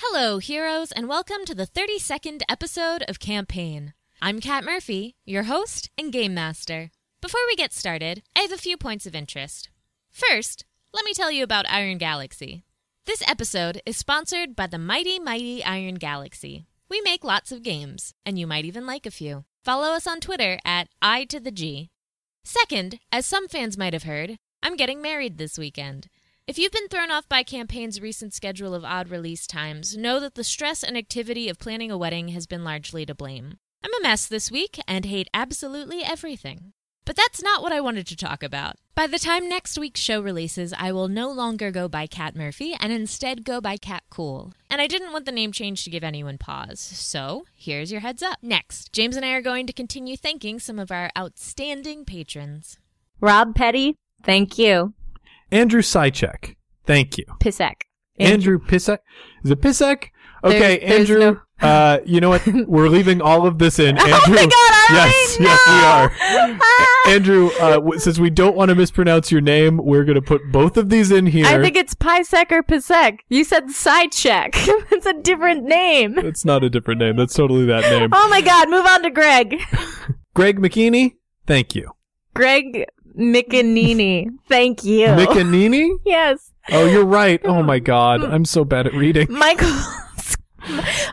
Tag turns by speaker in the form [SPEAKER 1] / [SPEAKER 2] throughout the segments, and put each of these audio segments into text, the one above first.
[SPEAKER 1] Hello, heroes, and welcome to the 32nd episode of Campaign. I'm Kat Murphy, your host and game master. Before we get started, I have a few points of interest. First, let me tell you about Iron Galaxy. This episode is sponsored by the mighty, mighty Iron Galaxy. We make lots of games, and you might even like a few. Follow us on Twitter at i to the g. Second, as some fans might have heard, I'm getting married this weekend. If you've been thrown off by Campaign's recent schedule of odd release times, know that the stress and activity of planning a wedding has been largely to blame. I'm a mess this week and hate absolutely everything. But that's not what I wanted to talk about. By the time next week's show releases, I will no longer go by Cat Murphy and instead go by Cat Cool. And I didn't want the name change to give anyone pause, so here's your heads up. Next, James and I are going to continue thanking some of our outstanding patrons.
[SPEAKER 2] Rob Petty, thank you.
[SPEAKER 3] Andrew Sychek. Thank you.
[SPEAKER 2] Pisek.
[SPEAKER 3] Andrew, Pisek. Is it Pisek? Okay,
[SPEAKER 2] There's- there's
[SPEAKER 3] Andrew. Uh, you know what? We're leaving all of this in. Andrew, oh my God, I yes, yes, we are. Andrew, uh, w- since we don't want to mispronounce your name, we're going to put both of these in here.
[SPEAKER 2] I think it's Pisek or Pisek. You said Sidecheck. it's a different name.
[SPEAKER 3] That's not a different name. That's totally that name.
[SPEAKER 2] Oh my god, move on to Greg.
[SPEAKER 3] Greg McKinney. Thank you.
[SPEAKER 2] Greg Micanini. Thank you.
[SPEAKER 3] McKinney?
[SPEAKER 2] yes.
[SPEAKER 3] Oh, you're right. Oh my God, I'm so bad at reading.
[SPEAKER 2] Michael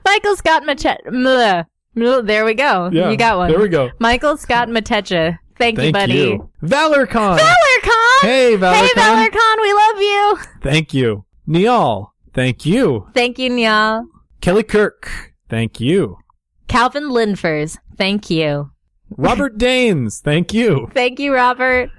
[SPEAKER 2] Michael Scott Machete. Mleh. Mleh. There we go.
[SPEAKER 3] Yeah,
[SPEAKER 2] you got one.
[SPEAKER 3] There we go.
[SPEAKER 2] Michael Scott Matecha. Thank, you,
[SPEAKER 3] Thank
[SPEAKER 2] buddy.
[SPEAKER 3] you, ValorCon.
[SPEAKER 2] ValorCon!
[SPEAKER 3] Hey, ValorCon.
[SPEAKER 2] Hey, ValorCon, we love you.
[SPEAKER 3] Thank you. Neal, thank you.
[SPEAKER 2] Thank you, Nyal.
[SPEAKER 3] Kelly Kirk, thank you.
[SPEAKER 2] Calvin Linfers, thank you.
[SPEAKER 3] Robert Danes, thank you.
[SPEAKER 2] Thank you, Robert.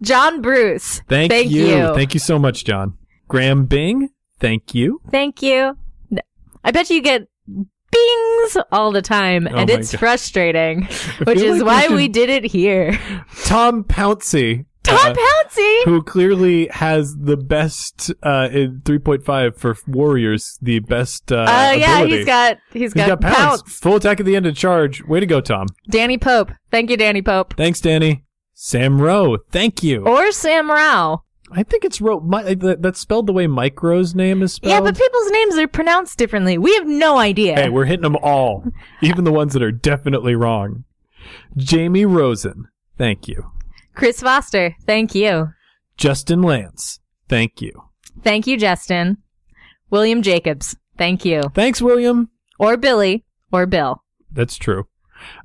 [SPEAKER 2] John Bruce.
[SPEAKER 3] Thank,
[SPEAKER 2] you.
[SPEAKER 3] Thank you so much, John. Graham Bing, thank you.
[SPEAKER 2] Thank you. No. I bet you get bings all the time, and
[SPEAKER 3] Oh my
[SPEAKER 2] it's
[SPEAKER 3] God.
[SPEAKER 2] frustrating, which
[SPEAKER 3] feel
[SPEAKER 2] is
[SPEAKER 3] like
[SPEAKER 2] why
[SPEAKER 3] we
[SPEAKER 2] we,
[SPEAKER 3] should-
[SPEAKER 2] did it here.
[SPEAKER 3] Tom Pouncey.
[SPEAKER 2] Todd
[SPEAKER 3] uh,
[SPEAKER 2] Pouncey.
[SPEAKER 3] who clearly has the best uh, in 3.5 for Warriors, the best uh,
[SPEAKER 2] Uh, yeah,
[SPEAKER 3] ability.
[SPEAKER 2] he's got he's got,
[SPEAKER 3] pounds.
[SPEAKER 2] pounce.
[SPEAKER 3] Full attack at the end of charge. Way to go, Tom.
[SPEAKER 2] Danny Pope. Thank you, Danny Pope.
[SPEAKER 3] Thanks, Danny. Sam Rowe, thank you.
[SPEAKER 2] Or Sam Rao.
[SPEAKER 3] I think it's Rowe. My, that, that's spelled the way Mike Rowe's name is spelled.
[SPEAKER 2] Yeah, but people's names are pronounced differently. We have no idea.
[SPEAKER 3] Hey, we're hitting them all, even the ones that are definitely wrong. Jamie Rosen, thank you.
[SPEAKER 2] Chris Foster. Thank you.
[SPEAKER 3] Justin Lance, thank you.
[SPEAKER 2] Thank you, Justin. William Jacobs. Thank you.
[SPEAKER 3] Thanks, William.
[SPEAKER 2] Or Billy. Or Bill.
[SPEAKER 3] That's true.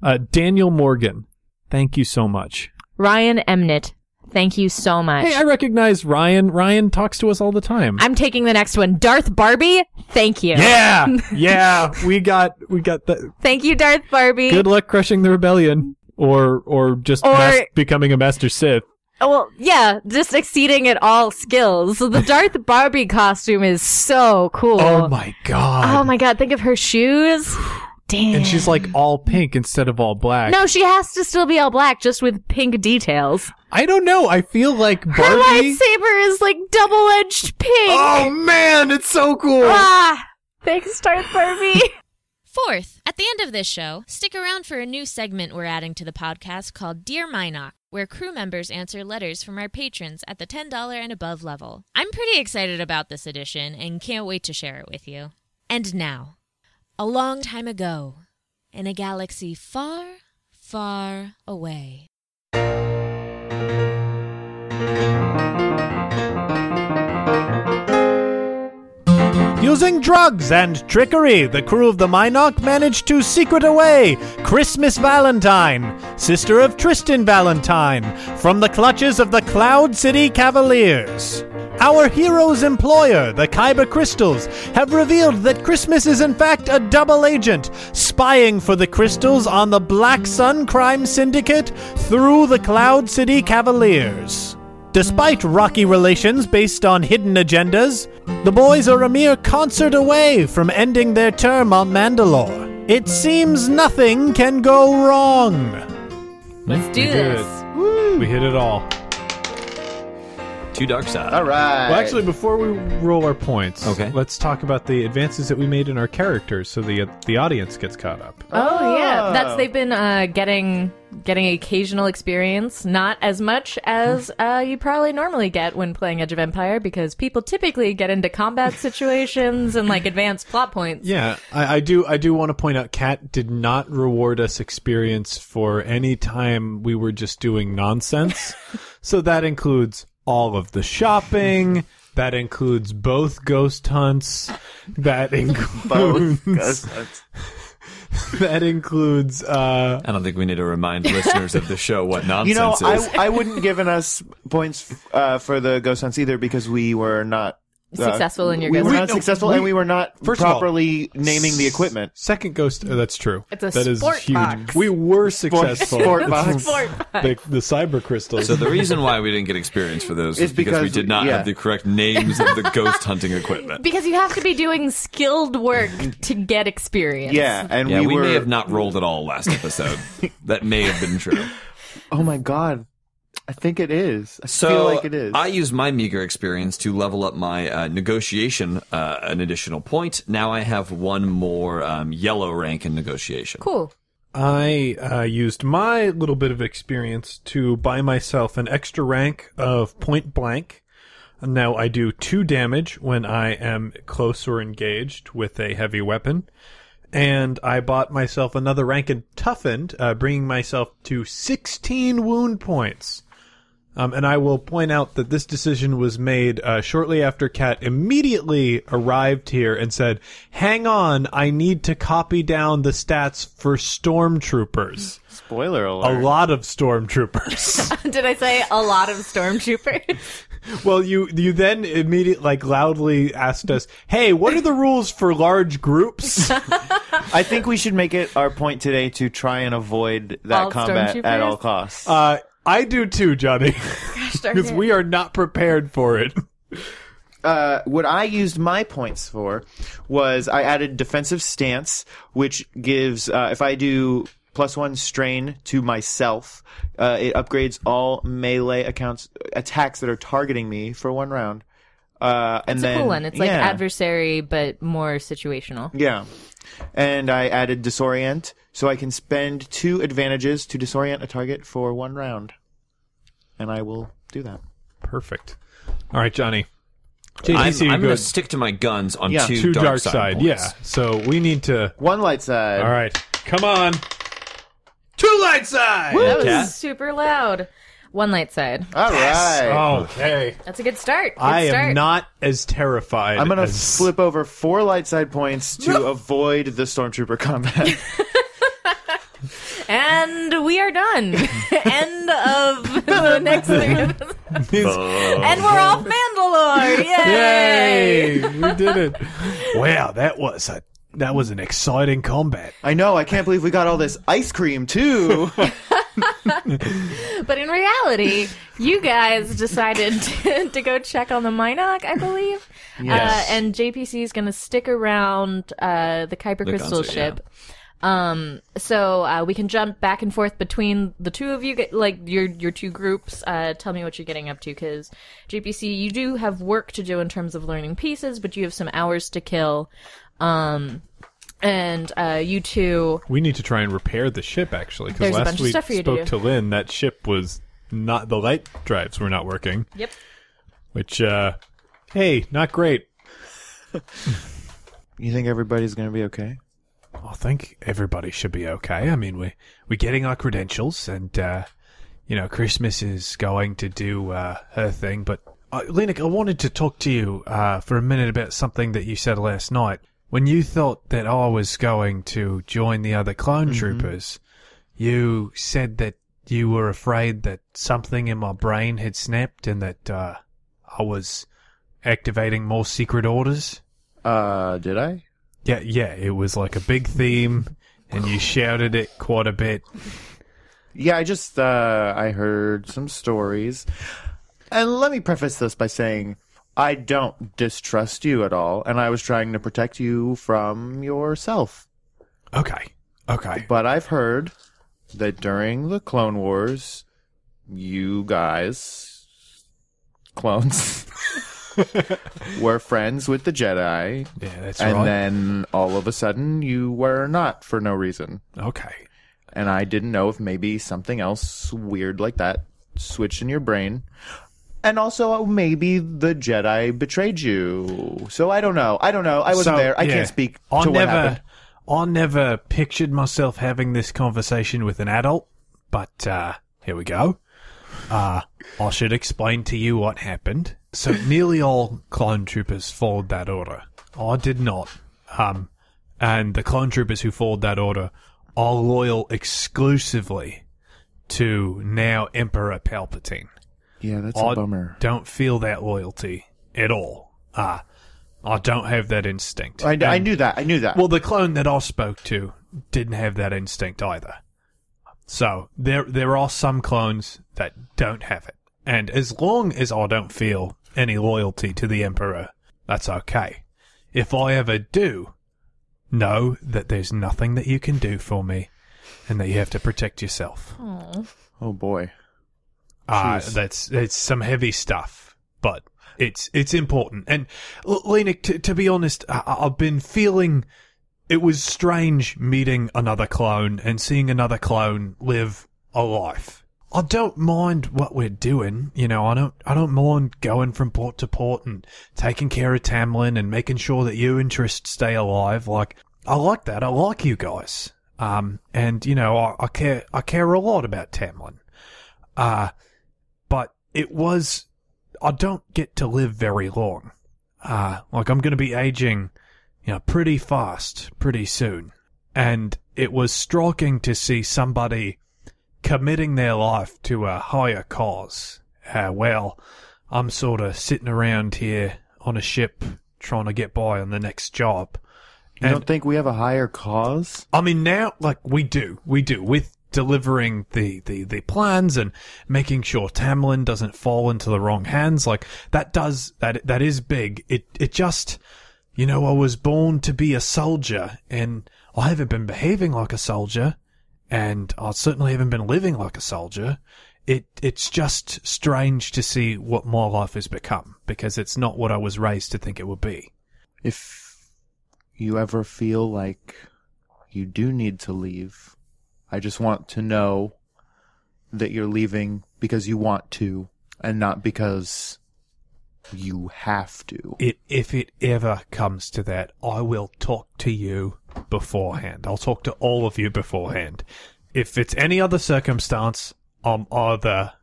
[SPEAKER 3] Uh, Daniel Morgan, thank you so much.
[SPEAKER 2] Ryan Emnett, thank you so much.
[SPEAKER 3] Hey, I recognize Ryan. Ryan talks to us all the time.
[SPEAKER 2] I'm taking the next one. Darth Barbie, thank you.
[SPEAKER 3] yeah, yeah. We got we got that.
[SPEAKER 2] Thank you, Darth Barbie.
[SPEAKER 3] Good luck crushing the rebellion, or or just
[SPEAKER 2] Or-
[SPEAKER 3] mas- becoming a master Sith.
[SPEAKER 2] Oh, well, yeah, just exceeding at all skills. The Darth Barbie costume is so cool.
[SPEAKER 3] Oh my god!
[SPEAKER 2] Oh my god, think of her shoes. Damn.
[SPEAKER 3] And she's like all pink instead of all black.
[SPEAKER 2] No, she has to still be all black, just with pink details.
[SPEAKER 3] I don't know. I feel like Barbie.
[SPEAKER 2] Her lightsaber is like double edged pink.
[SPEAKER 3] Oh man, it's so cool.
[SPEAKER 2] Ah! Thanks, Darth Barbie.
[SPEAKER 1] Fourth, at the end of this show, stick around for a new segment we're adding to the podcast called Dear Minoc, where crew members answer letters from our patrons at the $10 and above level. I'm pretty excited about this edition and can't wait to share it with you. And now, a long time ago, in a galaxy far, far away.
[SPEAKER 4] Using drugs and trickery, the crew of the Minoc managed to secret away Christmas Valentine, sister of Tristan Valentine, from the clutches of the Cloud City Cavaliers. Our hero's employer, the Kyber Crystals, have revealed that Christmas is in fact a double agent, spying for the crystals on the Black Sun Crime Syndicate through the Cloud City Cavaliers. Despite rocky relations based on hidden agendas, the boys are a mere concert away from ending their term on Mandalore. It seems nothing can go wrong.
[SPEAKER 1] Let's do
[SPEAKER 3] We did
[SPEAKER 1] this.
[SPEAKER 3] it. We hit it all.
[SPEAKER 5] to dark side.
[SPEAKER 6] All right.
[SPEAKER 3] Well, actually, before we roll our points,
[SPEAKER 5] Okay.
[SPEAKER 3] let's talk about the advances that we made in our characters, so the the audience gets caught up.
[SPEAKER 2] Oh yeah, that's
[SPEAKER 6] Oh.
[SPEAKER 2] they've been uh, getting getting occasional experience, not as much as uh, you probably normally get when playing Edge of Empire, because people typically get into combat situations and like advanced plot points.
[SPEAKER 3] Yeah, I, I do. I do want to point out, Kat did not reward us experience for any time we were just doing nonsense. so that includes all of the shopping. That includes both ghost hunts. That includes
[SPEAKER 6] both. That's- that's-
[SPEAKER 3] that includes uh,
[SPEAKER 5] I don't think we need to remind listeners of the show what nonsense
[SPEAKER 6] you know,
[SPEAKER 5] is.
[SPEAKER 6] I, I wouldn't given us points uh, for the ghost hunts either because we were not uh,
[SPEAKER 2] Successful in your
[SPEAKER 6] We
[SPEAKER 2] ghost
[SPEAKER 6] were not
[SPEAKER 2] hunts.
[SPEAKER 6] successful,
[SPEAKER 3] We-
[SPEAKER 6] and we were not
[SPEAKER 3] First of all-
[SPEAKER 6] properly naming the equipment.
[SPEAKER 3] second ghost. Oh, that's true.
[SPEAKER 2] It's a
[SPEAKER 3] That is
[SPEAKER 2] sport
[SPEAKER 3] huge.
[SPEAKER 2] box.
[SPEAKER 3] We were successful.
[SPEAKER 6] sport box.
[SPEAKER 2] Sport
[SPEAKER 3] The, the cyber crystals.
[SPEAKER 5] so the reason why we didn't get experience for those
[SPEAKER 6] It's
[SPEAKER 5] is because, we
[SPEAKER 6] because-
[SPEAKER 5] did not
[SPEAKER 6] yeah.
[SPEAKER 5] have the correct names of the ghost hunting equipment.
[SPEAKER 2] Because you have to be doing skilled work to get experience.
[SPEAKER 6] Yeah, and
[SPEAKER 5] Yeah,
[SPEAKER 6] we,
[SPEAKER 5] we,
[SPEAKER 6] were.
[SPEAKER 5] may have not rolled at all last episode. that may have been true.
[SPEAKER 6] Oh my god, I think it is. I
[SPEAKER 5] So
[SPEAKER 6] feel like it is.
[SPEAKER 5] I use my meager experience to level up my uh, negotiation uh, an additional point. Now I have one more um, yellow rank in negotiation.
[SPEAKER 2] Cool.
[SPEAKER 3] I uh, used my little bit of experience to buy myself an extra rank of point blank. Now I do two damage when I am close or engaged with a heavy weapon. And I bought myself another rank in toughened, uh, bringing myself to 16 wound points. Um, and I will point out that this decision was made uh, shortly after Kat immediately arrived here and said, Hang on, I need to copy down the stats for stormtroopers.
[SPEAKER 6] Spoiler
[SPEAKER 3] A
[SPEAKER 6] alert.
[SPEAKER 3] lot of stormtroopers.
[SPEAKER 2] Did I say a lot of stormtroopers?
[SPEAKER 3] well, you you then immediately, like, loudly asked us, Hey, what are the rules for large groups?
[SPEAKER 6] I think we should make it our point today to try and avoid that
[SPEAKER 2] All
[SPEAKER 6] combat
[SPEAKER 2] stormtroopers?
[SPEAKER 6] at all costs.
[SPEAKER 3] uh, I do too, Johnny, because we are not prepared for it.
[SPEAKER 6] uh, what I used my points for was I added defensive stance, which gives uh, if I do plus one strain to myself, uh, it upgrades all melee accounts attacks that are targeting me for one round. Uh, and
[SPEAKER 2] It's
[SPEAKER 6] then
[SPEAKER 2] a cool one. It's like
[SPEAKER 6] yeah.
[SPEAKER 2] adversary, but more situational.
[SPEAKER 6] Yeah. And I added disorient, so I can spend two advantages to disorient a target for one round. And I will do that.
[SPEAKER 3] Perfect. All right, Johnny.
[SPEAKER 5] I'm,
[SPEAKER 3] JTC
[SPEAKER 5] I'm going to
[SPEAKER 3] goes
[SPEAKER 5] stick to my guns on
[SPEAKER 6] Yeah,
[SPEAKER 5] two,
[SPEAKER 3] to
[SPEAKER 5] dark,
[SPEAKER 3] dark
[SPEAKER 5] side.
[SPEAKER 3] side.
[SPEAKER 5] points.
[SPEAKER 3] Yeah. So we need to.
[SPEAKER 6] One light side.
[SPEAKER 3] All right, come on. Two light side.
[SPEAKER 2] That was
[SPEAKER 5] Cat?
[SPEAKER 2] super loud. One light side.
[SPEAKER 6] All right.
[SPEAKER 3] Okay.
[SPEAKER 2] That's a good start. Good
[SPEAKER 3] I
[SPEAKER 2] start.
[SPEAKER 3] am not as terrified.
[SPEAKER 6] I'm gonna
[SPEAKER 3] as-
[SPEAKER 6] flip over four light side points to avoid the stormtrooper combat.
[SPEAKER 2] And we are done. End of the next three episodes. And we're off Mandalore. Yay!
[SPEAKER 3] Yay! we did it. Wow, that was a that was an exciting combat.
[SPEAKER 6] I know. I can't believe we got all this ice cream too.
[SPEAKER 2] But in reality, you guys decided to, to go check on the Minoc, I believe.
[SPEAKER 6] Yes.
[SPEAKER 2] Uh, and JPC is going to stick around uh, the Kuiper Crystal
[SPEAKER 5] concert, yeah.
[SPEAKER 2] ship. Um, so uh, we can jump back and forth between the two of you, get- like your your two groups. Uh, tell me what you're getting up to, because JPC, you do have work to do in terms of learning pieces, but you have some hours to kill. Um, and uh, you two,
[SPEAKER 3] We need to try and repair the ship actually because
[SPEAKER 2] There's a
[SPEAKER 3] last
[SPEAKER 2] bunch of
[SPEAKER 3] we
[SPEAKER 2] stuff for you to
[SPEAKER 3] spoke
[SPEAKER 2] do.
[SPEAKER 3] to Lynn. That ship was not the light drives were not working.
[SPEAKER 2] Yep.
[SPEAKER 3] Which, uh, hey, not great.
[SPEAKER 6] you think everybody's gonna be okay?
[SPEAKER 3] I think everybody should be okay. I mean, we we're getting our credentials, and uh, you know, Christmas is going to do uh, her thing. But uh, Lenik, I wanted to talk to you uh, for a minute about something that you said last night when you thought that I was going to join the other clone troopers. You said that you were afraid that something in my brain had snapped and that uh, I was activating more secret orders.
[SPEAKER 6] Uh, did I?
[SPEAKER 3] Yeah, yeah, it was like a big theme, and you shouted it quite a bit.
[SPEAKER 6] Yeah, I just uh, I heard some stories, and let me preface this by saying I don't distrust you at all, and I was trying to protect you from yourself.
[SPEAKER 3] Okay, okay.
[SPEAKER 6] But I've heard that during the Clone Wars, you guys clones were friends with the Jedi.
[SPEAKER 3] Yeah, that's
[SPEAKER 6] and
[SPEAKER 3] right.
[SPEAKER 6] then all of a sudden you were not for no reason.
[SPEAKER 3] okay.
[SPEAKER 6] And I didn't know if maybe something else weird like that switched in your brain. And also, uh, maybe the Jedi betrayed you. So I don't know. I don't know. I wasn't
[SPEAKER 3] So,
[SPEAKER 6] there. I
[SPEAKER 3] yeah.
[SPEAKER 6] can't speak
[SPEAKER 3] I
[SPEAKER 6] to
[SPEAKER 3] never,
[SPEAKER 6] what happened.
[SPEAKER 3] I never pictured myself having this conversation with an adult, but uh, here we go. Uh, I should explain to you what happened. So nearly all clone troopers followed that order. I did not. Um, and the clone troopers who followed that order are loyal exclusively to now Emperor Palpatine.
[SPEAKER 6] Yeah, that's
[SPEAKER 3] I
[SPEAKER 6] a bummer.
[SPEAKER 3] don't feel that loyalty at all. Uh, I don't have that instinct.
[SPEAKER 6] I, I
[SPEAKER 3] And-
[SPEAKER 6] knew that. I knew that.
[SPEAKER 3] well, the clone that I spoke to didn't have that instinct either. So there, there are some clones that don't have it. And as long as I don't feel any loyalty to the Emperor, that's okay. If I ever do, know that there's nothing that you can do for me, and that you have to protect yourself.
[SPEAKER 6] oh boy.
[SPEAKER 3] Uh,
[SPEAKER 6] Jeez.
[SPEAKER 3] that's it's some heavy stuff, but it's it's important. And L- Lenik, t- to be honest, I- I've been feeling it was strange meeting another clone and seeing another clone live a life. I don't mind what we're doing, you know. I don't. I don't mind going from port to port and taking care of Tamlin and making sure that your interests stay alive. Like I like that. I like you guys. Um, and you know, I, I care. I care a lot about Tamlin. Uh, but it was I don't get to live very long. Uh like I'm going to be aging, you know, pretty fast, pretty soon. And it was striking to see somebody committing their life to a higher cause. Uh, well, I'm sort of sitting around here on a ship trying to get by on the next job.
[SPEAKER 6] You
[SPEAKER 3] And-
[SPEAKER 6] don't think we have a higher cause?
[SPEAKER 3] I mean, now, like, we do. We do. With delivering the, the, the plans and making sure Tamlin doesn't fall into the wrong hands, like, that does, that, that is big. It, it just, you know, I was born to be a soldier and I haven't been behaving like a soldier and I certainly haven't been living like a soldier. It, it's just strange to see what my life has become because it's not what I was raised to think it would be.
[SPEAKER 6] If you ever feel like you do need to leave, I just want to know that you're leaving because you want to and not because you have to.
[SPEAKER 3] it if it ever comes to that, I will talk to you beforehand. I'll talk to all of you beforehand. If it's any other circumstance, I'm either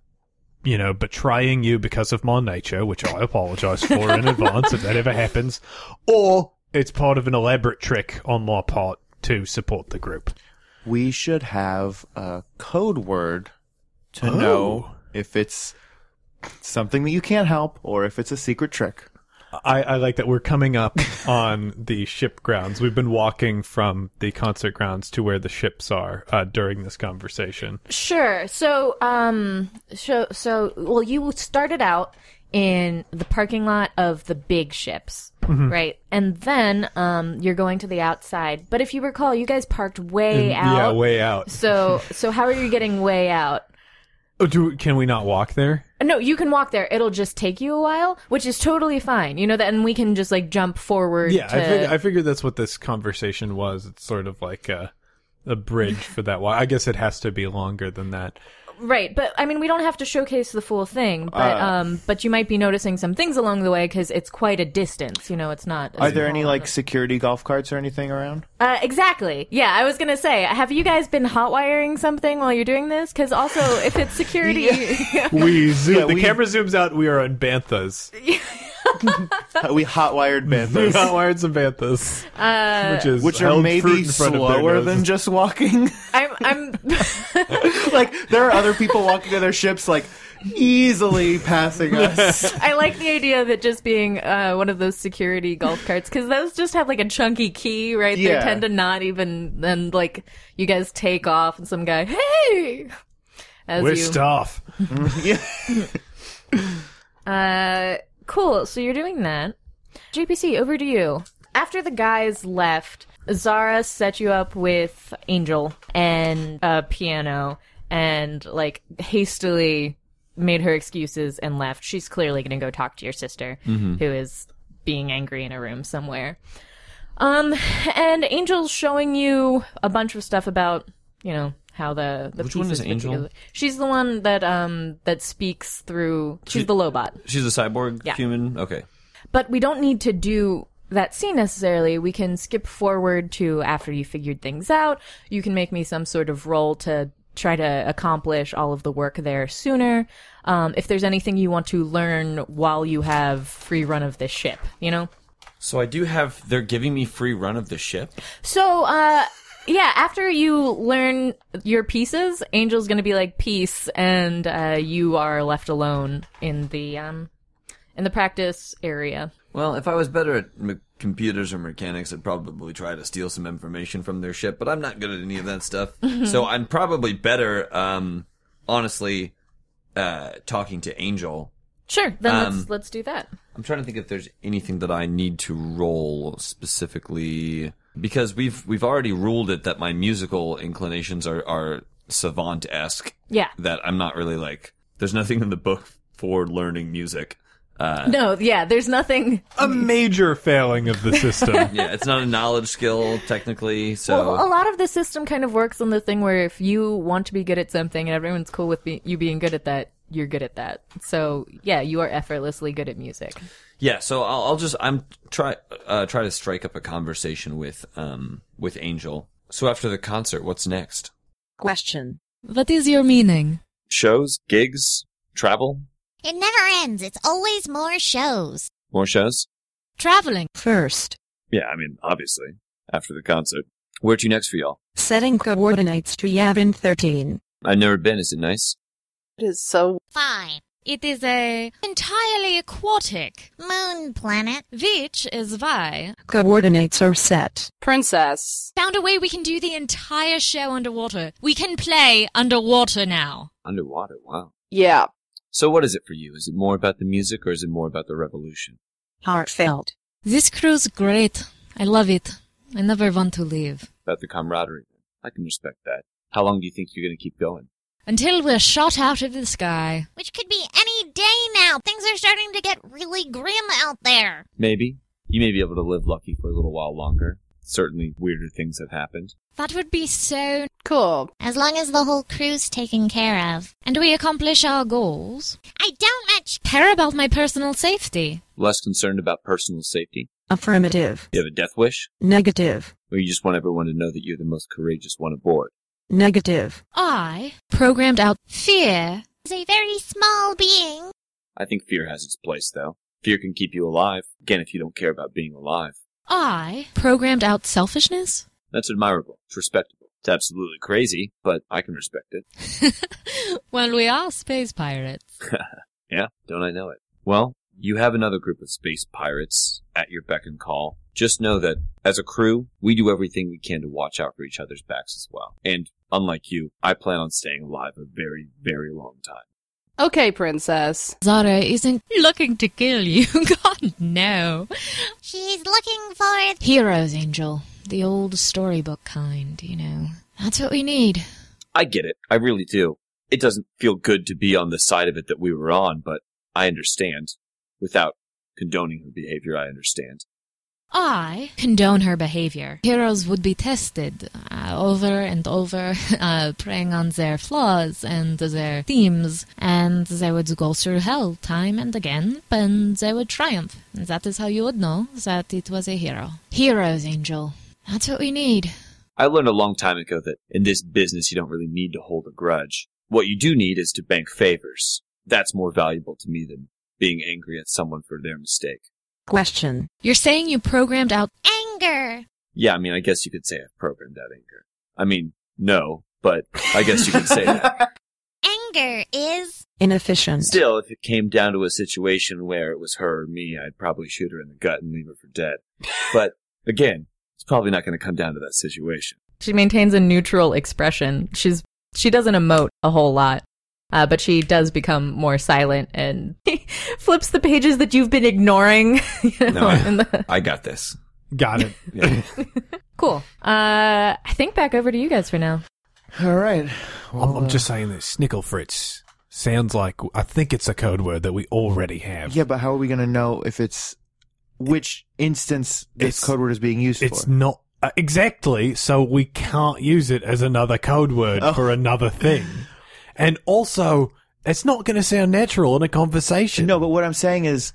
[SPEAKER 3] you know, betraying you because of my nature, which I apologize for in advance if that ever happens, or it's part of an elaborate trick on my part to support the group.
[SPEAKER 6] We should have a code word to know if it's something that you can't help or if it's a secret trick.
[SPEAKER 7] I, I like that we're coming up on the ship grounds. We've been walking from the concert grounds to where the ships are uh, during this conversation.
[SPEAKER 2] Sure. So, um, so, so, well, you started out in the parking lot of the big ships,
[SPEAKER 7] Mm-hmm.
[SPEAKER 2] right? And then, um, you're going to the outside. But if you recall, you guys parked way out.
[SPEAKER 7] Mm, Yeah, way out.
[SPEAKER 2] So, so how are you getting way out?
[SPEAKER 7] Oh, do, can we not walk there?
[SPEAKER 2] No, you can walk there. It'll just take you a while, which is totally fine. You know that, and we can just like jump forward.
[SPEAKER 7] Yeah,
[SPEAKER 2] to...
[SPEAKER 7] I, fig- I figured that's what this conversation was. It's sort of like a, a bridge for that. Well, I guess it has to be longer than that.
[SPEAKER 2] Right, but I mean, we don't have to showcase the full thing, but
[SPEAKER 7] Uh,
[SPEAKER 2] um, but you might be noticing some things along the way because it's quite a distance. You know, it's not. a
[SPEAKER 6] Are there
[SPEAKER 2] small-
[SPEAKER 6] any like security golf carts or anything around?
[SPEAKER 2] Uh, exactly. Yeah, I was gonna say, have you guys been hotwiring something while you're doing this? Because also, if it's security,
[SPEAKER 7] We zoom. the
[SPEAKER 6] we-
[SPEAKER 7] camera zooms out. We are on banthas.
[SPEAKER 6] we hotwired
[SPEAKER 7] We
[SPEAKER 6] banthas.
[SPEAKER 7] hotwired some banthas,
[SPEAKER 2] uh,
[SPEAKER 3] Uh,
[SPEAKER 7] which is
[SPEAKER 6] which are
[SPEAKER 7] held fruit
[SPEAKER 6] maybe
[SPEAKER 7] in front of their
[SPEAKER 6] slower
[SPEAKER 7] noses.
[SPEAKER 6] than just walking.
[SPEAKER 2] I'm I'm
[SPEAKER 6] like there are other people walking to their ships, like easily passing us.
[SPEAKER 2] I like the idea of it just being uh, one of those security golf carts because those just have like a chunky key, right? They
[SPEAKER 6] Yeah.
[SPEAKER 2] tend to not even and like you guys take off and some guy, hey, as
[SPEAKER 3] We're
[SPEAKER 2] you.
[SPEAKER 3] staff.
[SPEAKER 2] Uh, cool. So you're doing that. JPC, over to you. After the guys left, Zara set you up with Angel and a piano and like hastily made her excuses and left. She's clearly going to go talk to your sister,
[SPEAKER 5] Mm-hmm.
[SPEAKER 2] who is being angry in a room somewhere. Um, and Angel's showing you a bunch of stuff about, you know, how the, the
[SPEAKER 5] Which one
[SPEAKER 2] pieces
[SPEAKER 5] is
[SPEAKER 2] fit
[SPEAKER 5] Angel?
[SPEAKER 2] together. She's the one that um that speaks through. She's the Lobot.
[SPEAKER 5] She's a cyborg
[SPEAKER 2] Yeah.
[SPEAKER 5] human. Okay.
[SPEAKER 2] But we don't need to do that scene necessarily. We can skip forward to after you figured things out. You can make me some sort of role to try to accomplish all of the work there sooner. Um, if there's anything you want to learn while you have free run of this ship, you know?
[SPEAKER 5] So I do have. They're giving me free run of the ship.
[SPEAKER 2] So, uh, yeah, after you learn your pieces, Angel's gonna be like, peace, and, uh, you are left alone in the, um, in the practice area.
[SPEAKER 5] Well, if I was better at m- computers or mechanics, I'd probably try to steal some information from their ship, but I'm not good at any of that stuff. so I'm probably better, um, honestly, uh, talking to Angel.
[SPEAKER 2] Sure, then
[SPEAKER 5] Um,
[SPEAKER 2] let's, let's do that.
[SPEAKER 5] I'm trying to think if there's anything that I need to roll specifically because we've we've already ruled it that my musical inclinations are are savant esque.
[SPEAKER 2] Yeah.
[SPEAKER 5] That I'm not really like. There's nothing in the book for learning music.
[SPEAKER 2] No, yeah, there's nothing.
[SPEAKER 7] A major failing of the system.
[SPEAKER 5] Yeah, it's not a knowledge skill technically. So
[SPEAKER 2] Well, a lot of the system kind of works on the thing where if you want to be good at something and everyone's cool with be- you being good at that, you're good at that. So, yeah, you are effortlessly good at music.
[SPEAKER 5] Yeah, so I'll, I'll just I'm try uh, try to strike up a conversation with um with Angel. So after the concert, what's next?
[SPEAKER 8] Question.
[SPEAKER 1] What is your meaning?
[SPEAKER 5] Shows, gigs, travel,
[SPEAKER 9] It never ends. It's always more shows.
[SPEAKER 5] more shows.
[SPEAKER 1] Traveling.
[SPEAKER 8] First,
[SPEAKER 5] Yeah, I mean obviously after the concert. Where to next for y'all?
[SPEAKER 8] setting coordinates to Yavin 13.
[SPEAKER 5] I've never been. Is it nice?
[SPEAKER 10] It is so
[SPEAKER 9] Fine.
[SPEAKER 1] It is a entirely aquatic,
[SPEAKER 9] Moon planet.
[SPEAKER 1] which is why
[SPEAKER 8] Coordinates are set.
[SPEAKER 10] princess.
[SPEAKER 1] found a way we can do the entire show underwater. We can play underwater now.
[SPEAKER 5] Underwater. Wow.
[SPEAKER 10] Yeah.
[SPEAKER 5] So what is it for you? Is it more about the music or is it more about the revolution?
[SPEAKER 8] Heartfelt.
[SPEAKER 1] This crew's great. I love it. I never want to leave.
[SPEAKER 5] About the camaraderie. I can respect that. How long do you think you're going to keep going?
[SPEAKER 1] Until we're shot out of the sky.
[SPEAKER 9] Which could be any day now. Things are starting to get really grim out there.
[SPEAKER 5] Maybe you may be able to live lucky for a little while longer. Certainly, weirder things have happened.
[SPEAKER 1] That would be so.
[SPEAKER 10] Cool.
[SPEAKER 9] As long as the whole crew's taken care of.
[SPEAKER 1] And we accomplish our goals.
[SPEAKER 9] I don't much.
[SPEAKER 1] Care about my personal safety.
[SPEAKER 5] less concerned about personal safety.
[SPEAKER 8] Affirmative.
[SPEAKER 5] You have a death wish,
[SPEAKER 8] Negative.
[SPEAKER 5] or you just want everyone to know that you're the most courageous one aboard.
[SPEAKER 8] Negative.
[SPEAKER 1] I programmed out fear.
[SPEAKER 9] As a very small being.
[SPEAKER 5] I think fear has its place, though. Fear can keep you alive, again, if you don't care about being alive.
[SPEAKER 1] I programmed out selfishness.
[SPEAKER 5] That's admirable. It's respectable. It's absolutely crazy, but I can respect it.
[SPEAKER 1] well, we are space pirates.
[SPEAKER 5] Yeah, don't I know it? Well, you have another group of space pirates at your beck and call. Just know that as a crew, we do everything we can to watch out for each other's backs as well. And unlike you, I plan on staying alive a very, very long time.
[SPEAKER 10] Okay, princess.
[SPEAKER 1] Zara isn't looking to kill you. God, no.
[SPEAKER 9] She's looking for.
[SPEAKER 1] Heroes, Angel. The old storybook kind, you know. That's what we need.
[SPEAKER 5] I get it. I really do. It doesn't feel good to be on the side of it that we were on, but I understand. Without condoning her behavior, I understand.
[SPEAKER 1] I condone her behavior. Heroes would be tested uh, over and over, uh, preying on their flaws and their themes, and they would go through hell time and again, and they would triumph. And that is how you would know that it was a hero. Heroes, Angel. That's what we need.
[SPEAKER 5] I learned a long time ago that in this business you don't really need to hold a grudge. What you do need is to bank favors. That's more valuable to me than being angry at someone for their mistake.
[SPEAKER 8] Question.
[SPEAKER 1] You're saying you programmed out
[SPEAKER 9] Anger.
[SPEAKER 5] Yeah, I mean, I guess you could say I've programmed out anger. I mean, no, but I guess you could say that.
[SPEAKER 9] Anger is.
[SPEAKER 8] Inefficient.
[SPEAKER 5] Still, if it came down to a situation where it was her or me, I'd probably shoot her in the gut and leave her for dead. But again, it's probably not going to come down to that situation.
[SPEAKER 2] She maintains a neutral expression. She's she doesn't emote a whole lot, uh, but she does become more silent and flips the pages that you've been ignoring. you know,
[SPEAKER 5] No, I-
[SPEAKER 2] in the-
[SPEAKER 5] I got this.
[SPEAKER 7] Got it.
[SPEAKER 5] Yeah.
[SPEAKER 2] cool. Uh, I think back over to you guys for now.
[SPEAKER 6] All right.
[SPEAKER 3] I'm, I'm just saying this. Snickle Fritz. Sounds like I think it's a code word that we already have.
[SPEAKER 6] uh, Yeah, but how are we going to know if it's which instance this
[SPEAKER 3] It's-
[SPEAKER 6] code word is being used
[SPEAKER 3] It's
[SPEAKER 6] for?
[SPEAKER 3] not uh, exactly, so we can't use it as another code word
[SPEAKER 6] Oh.
[SPEAKER 3] for another thing. and also, it's not going to sound natural in a conversation.
[SPEAKER 6] No, but what I'm saying is,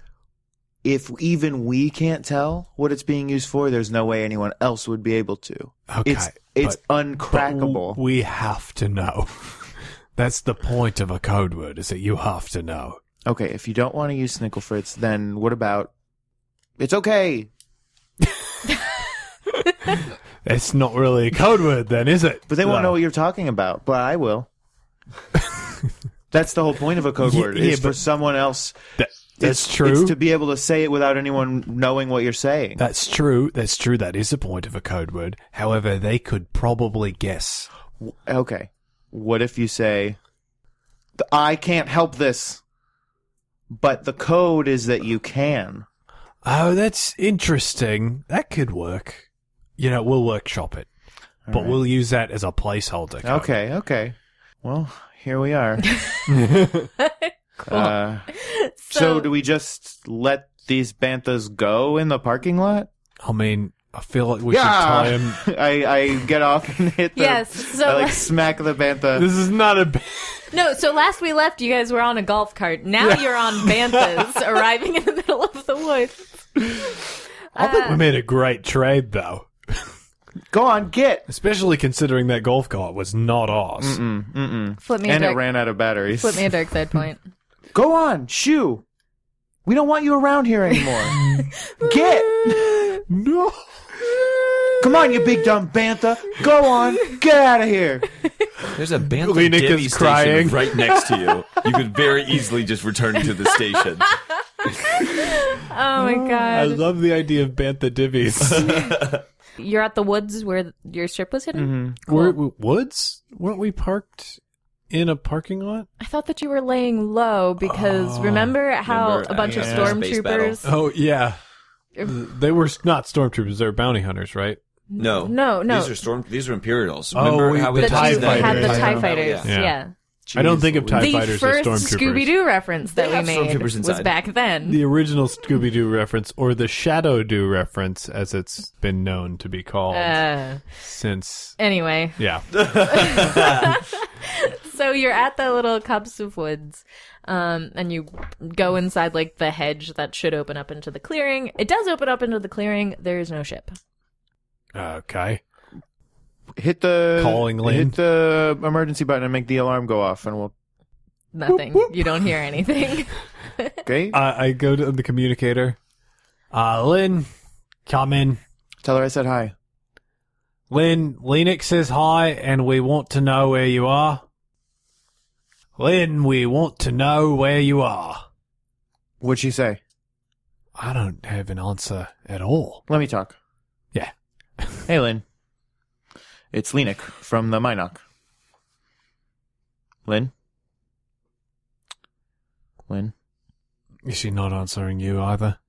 [SPEAKER 6] if even we can't tell what it's being used for, there's no way anyone else would be able to.
[SPEAKER 3] Okay,
[SPEAKER 6] it's it's
[SPEAKER 3] But
[SPEAKER 6] uncrackable.
[SPEAKER 3] we have to know. That's the point of a code word, is that you have to know.
[SPEAKER 6] okay, if you don't want to use Snickle Fritz, then what about? It's okay.
[SPEAKER 3] It's not really a code word, then, is it?
[SPEAKER 6] But they won't
[SPEAKER 3] No.
[SPEAKER 6] know what you're talking about. But I will. That's the whole point of a code
[SPEAKER 3] Yeah,
[SPEAKER 6] word.
[SPEAKER 3] yeah,
[SPEAKER 6] is for
[SPEAKER 3] but-
[SPEAKER 6] someone else.
[SPEAKER 3] That- that's
[SPEAKER 6] it's,
[SPEAKER 3] true.
[SPEAKER 6] It's to be able to say it without anyone knowing what you're saying.
[SPEAKER 3] That's true. That's true. That is the point of a code word. However, they could probably guess.
[SPEAKER 6] okay. What if you say, "The- "I can't help this," but the code is that you can.
[SPEAKER 3] Oh, that's interesting. That could work. You know, we'll workshop it, but we'll use that as a placeholder. code.
[SPEAKER 6] Okay. Okay. Well, here we are. uh, so, do we just let these banthas go in the parking lot?
[SPEAKER 3] I mean, I feel like we should tie him.
[SPEAKER 6] I, I get off and hit the.
[SPEAKER 2] Yes, so-
[SPEAKER 6] I like smack the bantha.
[SPEAKER 3] This is not a. b-
[SPEAKER 2] No, so last we left, you guys were on a golf cart. Now you're on banthas, arriving in the middle of the woods.
[SPEAKER 3] I think we made a great trade though,
[SPEAKER 6] Go on, get.
[SPEAKER 3] especially considering that golf cart was not ours.
[SPEAKER 6] Mm, mm-mm.
[SPEAKER 2] Flip me
[SPEAKER 6] And
[SPEAKER 2] a
[SPEAKER 6] it
[SPEAKER 2] dark.
[SPEAKER 6] ran out of batteries.
[SPEAKER 2] Flip me a dark side point.
[SPEAKER 6] Go on, shoo. We don't want you around here anymore. get.
[SPEAKER 3] No.
[SPEAKER 6] Come on, you big dumb bantha. Go on, get out of here.
[SPEAKER 5] There's a band
[SPEAKER 3] Lenik is crying.
[SPEAKER 5] right next to you. You could very easily just return to the station.
[SPEAKER 2] Oh my
[SPEAKER 3] I
[SPEAKER 2] god!
[SPEAKER 3] love the idea of Bantha Divvies.
[SPEAKER 2] You're at the woods where your strip was hidden.
[SPEAKER 3] Were, were- woods? Weren't we parked in a parking lot?
[SPEAKER 2] I thought that you were laying low because remember how
[SPEAKER 5] Remember,
[SPEAKER 2] a bunch
[SPEAKER 5] yeah.
[SPEAKER 2] of
[SPEAKER 5] Space battle.
[SPEAKER 2] stormtroopers.
[SPEAKER 3] Oh, yeah. They were not stormtroopers, they were bounty hunters, right?
[SPEAKER 5] No,
[SPEAKER 2] No, no.
[SPEAKER 5] These are storm. These are Imperials.
[SPEAKER 3] Oh,
[SPEAKER 5] Remember
[SPEAKER 3] we-
[SPEAKER 5] how we
[SPEAKER 3] the
[SPEAKER 2] That
[SPEAKER 3] TIE
[SPEAKER 2] you
[SPEAKER 5] did that?
[SPEAKER 2] had the
[SPEAKER 3] fighters.
[SPEAKER 2] TIE fighters.
[SPEAKER 3] Yeah.
[SPEAKER 2] Yeah.
[SPEAKER 3] I don't think of TIE
[SPEAKER 2] The
[SPEAKER 3] fighters as
[SPEAKER 2] first
[SPEAKER 3] stormtroopers.
[SPEAKER 2] Scooby Doo reference that
[SPEAKER 5] They
[SPEAKER 2] we
[SPEAKER 5] have
[SPEAKER 2] made
[SPEAKER 5] stormtroopers
[SPEAKER 2] was
[SPEAKER 5] inside.
[SPEAKER 2] back then.
[SPEAKER 3] The original Scooby Doo reference, or the Shadow Doo reference, as it's been known to be called
[SPEAKER 2] Uh,
[SPEAKER 3] since.
[SPEAKER 2] anyway,
[SPEAKER 3] Yeah.
[SPEAKER 2] so you're at the little copse of woods, um, and you go inside like the hedge that should open up into the clearing. It does open up into the clearing. There is no ship.
[SPEAKER 3] Okay.
[SPEAKER 6] Hit the
[SPEAKER 3] Calling lane.
[SPEAKER 6] Hit the emergency button and make the alarm go off, and we'll.
[SPEAKER 2] Nothing. You don't hear anything.
[SPEAKER 6] Okay.
[SPEAKER 3] I, I go to the communicator. Uh, Lynn, come in.
[SPEAKER 6] Tell her I said hi.
[SPEAKER 3] Lynn, Lennox says hi, and we want to know where you are. Lynn, we want to know where you are.
[SPEAKER 6] What'd she say?
[SPEAKER 3] I don't have an answer at all.
[SPEAKER 6] Let me talk.
[SPEAKER 3] Yeah.
[SPEAKER 6] Hey, Lynn. It's Lenik from the Minoc. Lynn? Lynn?
[SPEAKER 3] Is she not answering you either?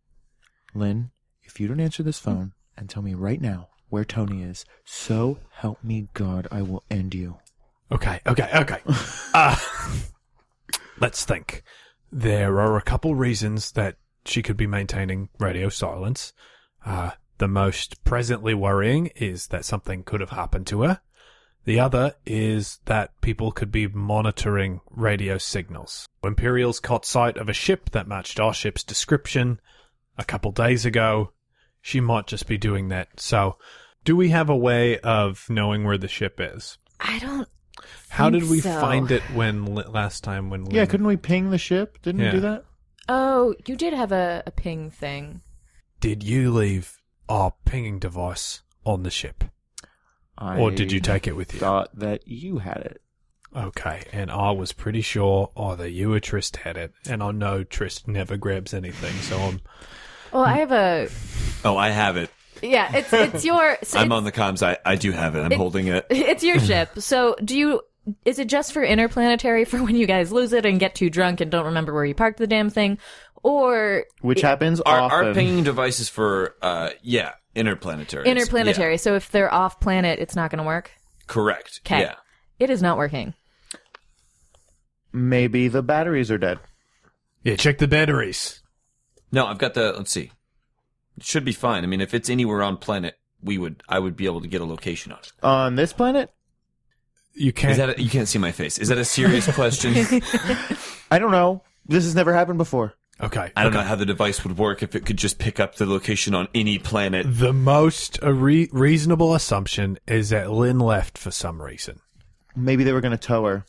[SPEAKER 6] Lynn, if you don't answer this phone and tell me right now where Tony is, so help me God, I will end you.
[SPEAKER 3] Okay, okay, okay. uh, let's think. There are a couple reasons that she could be maintaining radio silence. Uh, the most presently worrying is that something could have happened to her. The other is that people could be monitoring radio signals. Imperials caught sight of a ship that matched our ship's description a couple days ago. She might just be doing that. So, do we have a way of knowing where the ship is?
[SPEAKER 2] I don't.
[SPEAKER 3] How
[SPEAKER 2] think
[SPEAKER 3] did we
[SPEAKER 2] so.
[SPEAKER 3] find it when li- last time when
[SPEAKER 6] Yeah,
[SPEAKER 3] Lynn-
[SPEAKER 6] couldn't we ping the ship? Didn't
[SPEAKER 3] Yeah.
[SPEAKER 6] we do that?
[SPEAKER 2] Oh, you did have a, a ping thing.
[SPEAKER 3] did you leave our pinging device on the ship or did you take it with you?
[SPEAKER 6] thought that you had it.
[SPEAKER 3] Okay, and I was pretty sure either you or Trist had it, and I know Trist never grabs anything, so I'm
[SPEAKER 2] Well, I have a.
[SPEAKER 5] Oh, I have it.
[SPEAKER 2] Yeah, it's it's your. so
[SPEAKER 5] I'm
[SPEAKER 2] it's-
[SPEAKER 5] on the comms. I, I do have it. I'm
[SPEAKER 2] It-
[SPEAKER 5] holding it.
[SPEAKER 2] It's your ship. So do you? Is it just for interplanetary for when you guys lose it and get too drunk and don't remember where you parked the damn thing, or
[SPEAKER 6] Which happens
[SPEAKER 5] Our,
[SPEAKER 6] often.
[SPEAKER 5] our pinging device is for uh yeah interplanetary.
[SPEAKER 2] interplanetary? So if they're off planet, it's not going to work.
[SPEAKER 5] Yeah, correct.
[SPEAKER 2] Okay,
[SPEAKER 5] Yeah.
[SPEAKER 2] it is not working.
[SPEAKER 6] Maybe the batteries are dead.
[SPEAKER 3] Yeah, check the batteries.
[SPEAKER 5] No, I've got the. Let's see. It should be fine. I mean, if it's anywhere on planet, we would. I would be able to get a location on it.
[SPEAKER 6] On this planet?
[SPEAKER 3] You
[SPEAKER 5] Is
[SPEAKER 3] can't.
[SPEAKER 5] that a, you can't see my face? Is that a serious question?
[SPEAKER 6] I don't know. This has never happened before.
[SPEAKER 3] okay.
[SPEAKER 5] I don't know how the device would work if it could just pick up the location on any planet.
[SPEAKER 3] The most uh, re- reasonable assumption is that Lynn left for some reason.
[SPEAKER 6] Maybe they were going to tow her.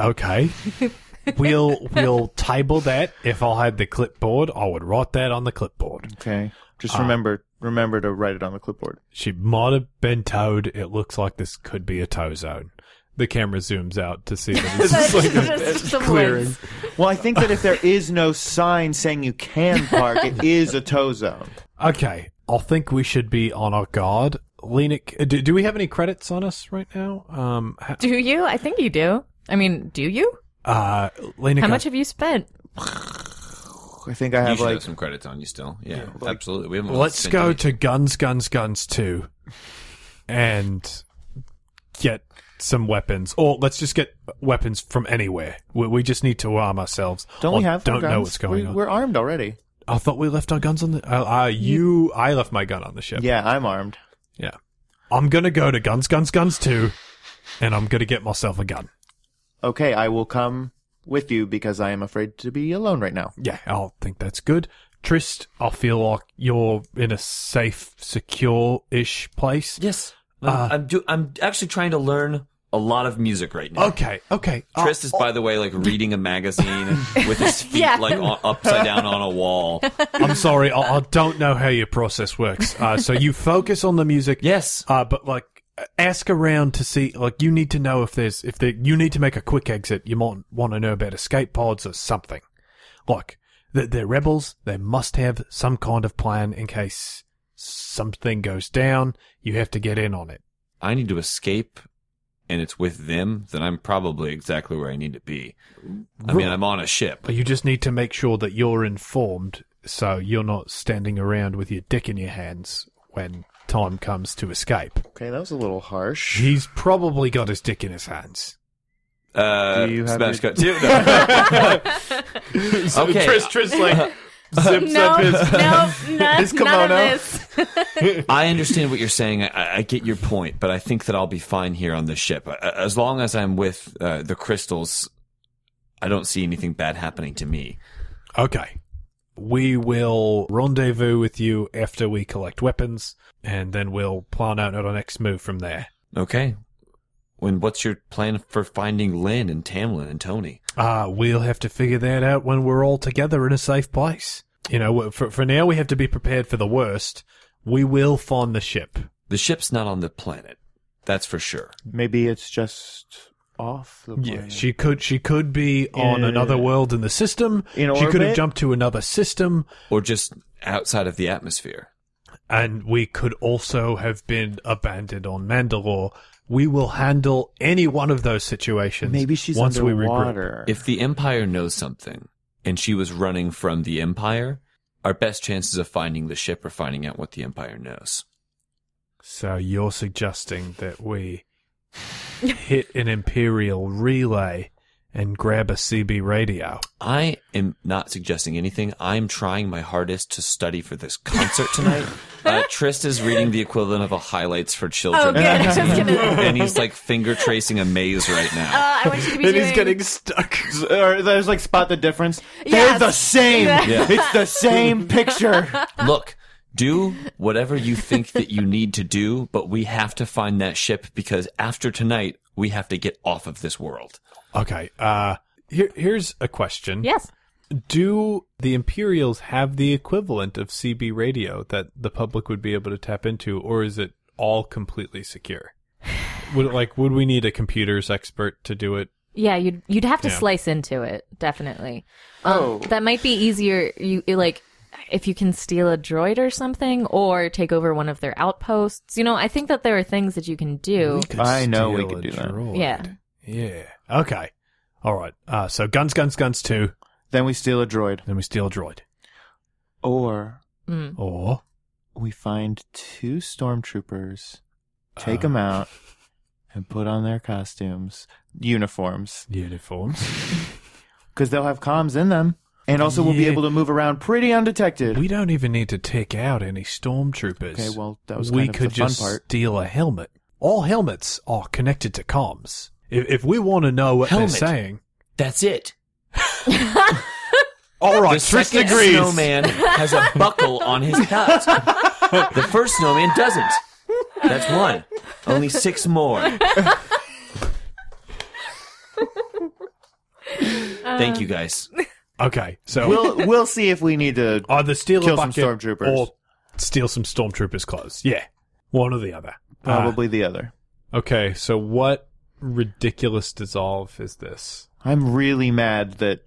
[SPEAKER 3] Okay. we'll we'll table that. If I had the clipboard, I would write that on the clipboard.
[SPEAKER 6] Okay.
[SPEAKER 3] Ah.
[SPEAKER 6] Just remember, remember to write it on the clipboard.
[SPEAKER 3] She might have been towed. It looks like this could be a tow zone. The camera zooms out to see that it's just like a
[SPEAKER 2] Just some
[SPEAKER 3] clearing.
[SPEAKER 2] words.
[SPEAKER 6] Well, I think that if there is no sign saying you can park, it is a tow zone.
[SPEAKER 3] Okay, I think we should be on our guard. Lenik, do, do we have any credits on us right now? Um, ha-
[SPEAKER 2] Do you? I think you do. I mean, do you?
[SPEAKER 3] uh, Lenik,
[SPEAKER 2] How much have you spent?
[SPEAKER 6] I think I
[SPEAKER 5] You
[SPEAKER 6] have
[SPEAKER 5] should
[SPEAKER 6] like
[SPEAKER 5] have some credits on you still. Yeah, absolutely. We haven't
[SPEAKER 3] let's
[SPEAKER 5] spent
[SPEAKER 3] go
[SPEAKER 5] any-
[SPEAKER 3] to Guns, Guns, Guns Two, and get some weapons, or let's just get weapons from anywhere. We, we just need to arm ourselves.
[SPEAKER 6] don't we
[SPEAKER 3] I
[SPEAKER 6] have our
[SPEAKER 3] Don't know
[SPEAKER 6] guns?
[SPEAKER 3] what's going
[SPEAKER 6] we,
[SPEAKER 3] on.
[SPEAKER 6] We're armed already.
[SPEAKER 3] I thought we left our guns on the. Uh, uh, you, I left my gun on the ship.
[SPEAKER 6] Yeah, I'm armed.
[SPEAKER 3] yeah. I'm gonna go to Guns, Guns, Guns Two, and I'm gonna get myself a gun.
[SPEAKER 6] Okay, I will come with you because I am afraid to be alone right now.
[SPEAKER 3] Yeah, I'll think that's good. Trist, I feel like you're in a safe, secure ish place.
[SPEAKER 5] Yes, I'm,
[SPEAKER 3] Uh,
[SPEAKER 5] I'm, do, I'm actually trying to learn a lot of music right now.
[SPEAKER 3] Okay, okay. Uh,
[SPEAKER 5] Trist is, by the way, like reading a magazine with his feet
[SPEAKER 2] Yeah.
[SPEAKER 5] like on, upside down on a wall.
[SPEAKER 3] I'm sorry, I, I don't know how your process works. Uh, so you focus on the music.
[SPEAKER 5] Yes.
[SPEAKER 3] Uh, but like, ask around to see. Like, you need to know if there's if there, you need to make a quick exit. You might want to know about escape pods or something. Like, they're, they're rebels. They must have some kind of plan in case something goes down. You have to get in on it.
[SPEAKER 5] I need to escape, and it's with them. Then I'm probably exactly where I need to be. I mean, I'm on a ship.
[SPEAKER 3] But you just need to make sure that you're informed so you're not standing around with your dick in your hands when time comes to escape.
[SPEAKER 6] Okay, that was a little harsh.
[SPEAKER 3] He's probably got his dick in his hands.
[SPEAKER 5] Uh,
[SPEAKER 6] Do you have
[SPEAKER 5] Smash
[SPEAKER 6] your-
[SPEAKER 5] Cut two? No. okay.
[SPEAKER 3] like zips
[SPEAKER 2] No, no, not,
[SPEAKER 6] His
[SPEAKER 2] none
[SPEAKER 6] kimono.
[SPEAKER 2] of this.
[SPEAKER 5] I understand what you're saying. I- I, I get your point, but I think that I'll be fine here on this ship. A- a- As long as I'm with uh, the crystals, I don't see anything bad happening to me.
[SPEAKER 3] Okay. We will rendezvous with you after we collect weapons, and then we'll plan out our next move from there.
[SPEAKER 5] Okay. When what's your plan for finding Lynn and Tamlin and Tony?
[SPEAKER 3] Uh, we'll have to figure that out when we're all together in a safe place. You know, for, for now, we have to be prepared for the worst. We will find the ship.
[SPEAKER 5] The ship's not on the planet. That's for sure.
[SPEAKER 6] Maybe it's just off the planet.
[SPEAKER 3] Yeah, she could. She could be on
[SPEAKER 6] Yeah.
[SPEAKER 3] another world in the system.
[SPEAKER 6] In
[SPEAKER 3] she could have
[SPEAKER 6] orbit?
[SPEAKER 3] jumped to another system,
[SPEAKER 5] Or just outside of the atmosphere.
[SPEAKER 3] and we could also have been abandoned on Mandalore. We will handle any one of those situations.
[SPEAKER 6] Maybe she's
[SPEAKER 3] once we regroup.
[SPEAKER 6] underwater.
[SPEAKER 5] If the Empire knows something and she was running from the Empire, our best chances of finding the ship are finding out what the Empire knows.
[SPEAKER 3] So you're suggesting that we hit an Imperial relay and grab a CB radio.
[SPEAKER 5] I am not suggesting anything. I'm trying my hardest to study for this concert tonight. uh, Trist is reading the equivalent of a highlights for
[SPEAKER 2] Oh,
[SPEAKER 5] children,
[SPEAKER 2] good. I was gonna. Uh,
[SPEAKER 5] and he's like finger tracing a maze right now.
[SPEAKER 2] I want you to be doing.
[SPEAKER 3] stuck.
[SPEAKER 6] or there's like spot the difference.
[SPEAKER 2] Yes.
[SPEAKER 6] They're the same.
[SPEAKER 5] Yeah.
[SPEAKER 6] It's the same picture.
[SPEAKER 2] Uh,
[SPEAKER 5] Look, do whatever you think that you need to do, but we have to find that ship because after tonight, we have to get off of this world.
[SPEAKER 3] Okay. Uh, here, here's a question.
[SPEAKER 2] Yes.
[SPEAKER 3] Do the Imperials have the equivalent of CB radio that the public would be able to tap into, or is it all completely secure? Would it, like would we need a computers expert to do it?
[SPEAKER 2] Yeah, you'd you'd have to
[SPEAKER 3] Yeah.
[SPEAKER 2] slice into it definitely. Um,
[SPEAKER 6] Oh.
[SPEAKER 2] That might be easier. You you, like if you can steal a droid or something, or take over one of their outposts. You know, I think that there are things that you can do.
[SPEAKER 6] I know we
[SPEAKER 3] Steal
[SPEAKER 6] could
[SPEAKER 3] a
[SPEAKER 6] do that.
[SPEAKER 3] droid.
[SPEAKER 2] Yeah.
[SPEAKER 3] Yeah. Okay. All right. Uh, so guns, guns, guns. Two.
[SPEAKER 6] then we steal a droid,
[SPEAKER 3] Then we steal a droid.
[SPEAKER 6] or
[SPEAKER 2] Mm.
[SPEAKER 3] Mm-hmm. Or
[SPEAKER 6] we find two stormtroopers, take them out, and put on their costumes, uniforms,
[SPEAKER 3] Uniforms.
[SPEAKER 6] because they'll have comms in them. And also, we'll be
[SPEAKER 7] Yeah.
[SPEAKER 6] able to move around pretty undetected.
[SPEAKER 3] We don't even need to take out any stormtroopers.
[SPEAKER 6] Okay, well, that was
[SPEAKER 3] we
[SPEAKER 6] kind of
[SPEAKER 3] could
[SPEAKER 6] the fun
[SPEAKER 3] just
[SPEAKER 6] part.
[SPEAKER 3] steal a helmet. All helmets are connected to comms. If, if we want to know what
[SPEAKER 5] Helmet.
[SPEAKER 3] they're saying,
[SPEAKER 5] That's it.
[SPEAKER 3] all right,
[SPEAKER 5] the second
[SPEAKER 3] Tristan agrees.
[SPEAKER 5] snowman has a buckle on his hat. the first snowman doesn't. That's one. Only six more. Thank you guys.
[SPEAKER 3] Okay, so
[SPEAKER 6] we'll we'll see if we need to.
[SPEAKER 3] either steal a
[SPEAKER 6] Kill some
[SPEAKER 3] bucket
[SPEAKER 6] stormtroopers.
[SPEAKER 3] or steal some stormtroopers' clothes. Yeah, one or the other. Ah,
[SPEAKER 6] Probably the other.
[SPEAKER 3] okay, so what ridiculous dissolve is this?
[SPEAKER 6] I'm really mad that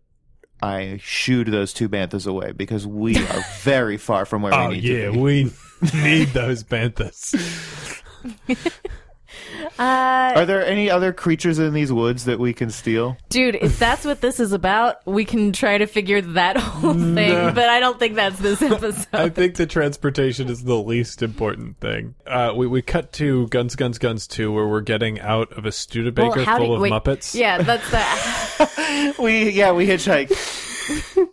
[SPEAKER 6] I shooed those two banthas away because we are very far from where
[SPEAKER 3] Oh
[SPEAKER 6] we need
[SPEAKER 3] yeah,
[SPEAKER 6] to be.
[SPEAKER 3] we need those banthas.
[SPEAKER 2] Uh,
[SPEAKER 6] Are there any other creatures in these woods that we can steal?
[SPEAKER 2] Dude, if that's what this is about, we can try to figure that whole
[SPEAKER 3] Mm,
[SPEAKER 2] thing, but I don't think that's this episode.
[SPEAKER 3] I think the transportation is the least important thing. Uh, we we cut to Guns Guns Guns Two, where we're getting out of a Studebaker
[SPEAKER 2] Well, how
[SPEAKER 3] full
[SPEAKER 2] do-
[SPEAKER 3] of
[SPEAKER 2] wait,
[SPEAKER 3] Muppets.
[SPEAKER 2] Yeah, that's that.
[SPEAKER 6] We yeah, we hitchhiked.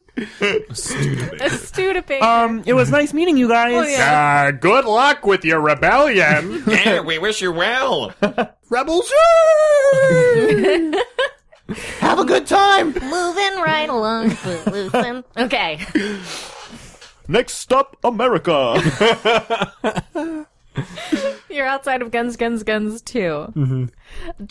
[SPEAKER 2] Studebaker.
[SPEAKER 3] Uh,
[SPEAKER 6] Um, it was nice meeting you guys.
[SPEAKER 2] Oh, yeah.
[SPEAKER 7] Uh, good luck with your rebellion.
[SPEAKER 5] Yeah, we wish you well.
[SPEAKER 6] Rebels. Have a good time.
[SPEAKER 2] Moving right along, Listen. Okay.
[SPEAKER 6] Next stop, America.
[SPEAKER 2] You're outside of Guns, Guns, Guns too.
[SPEAKER 3] Mm-hmm.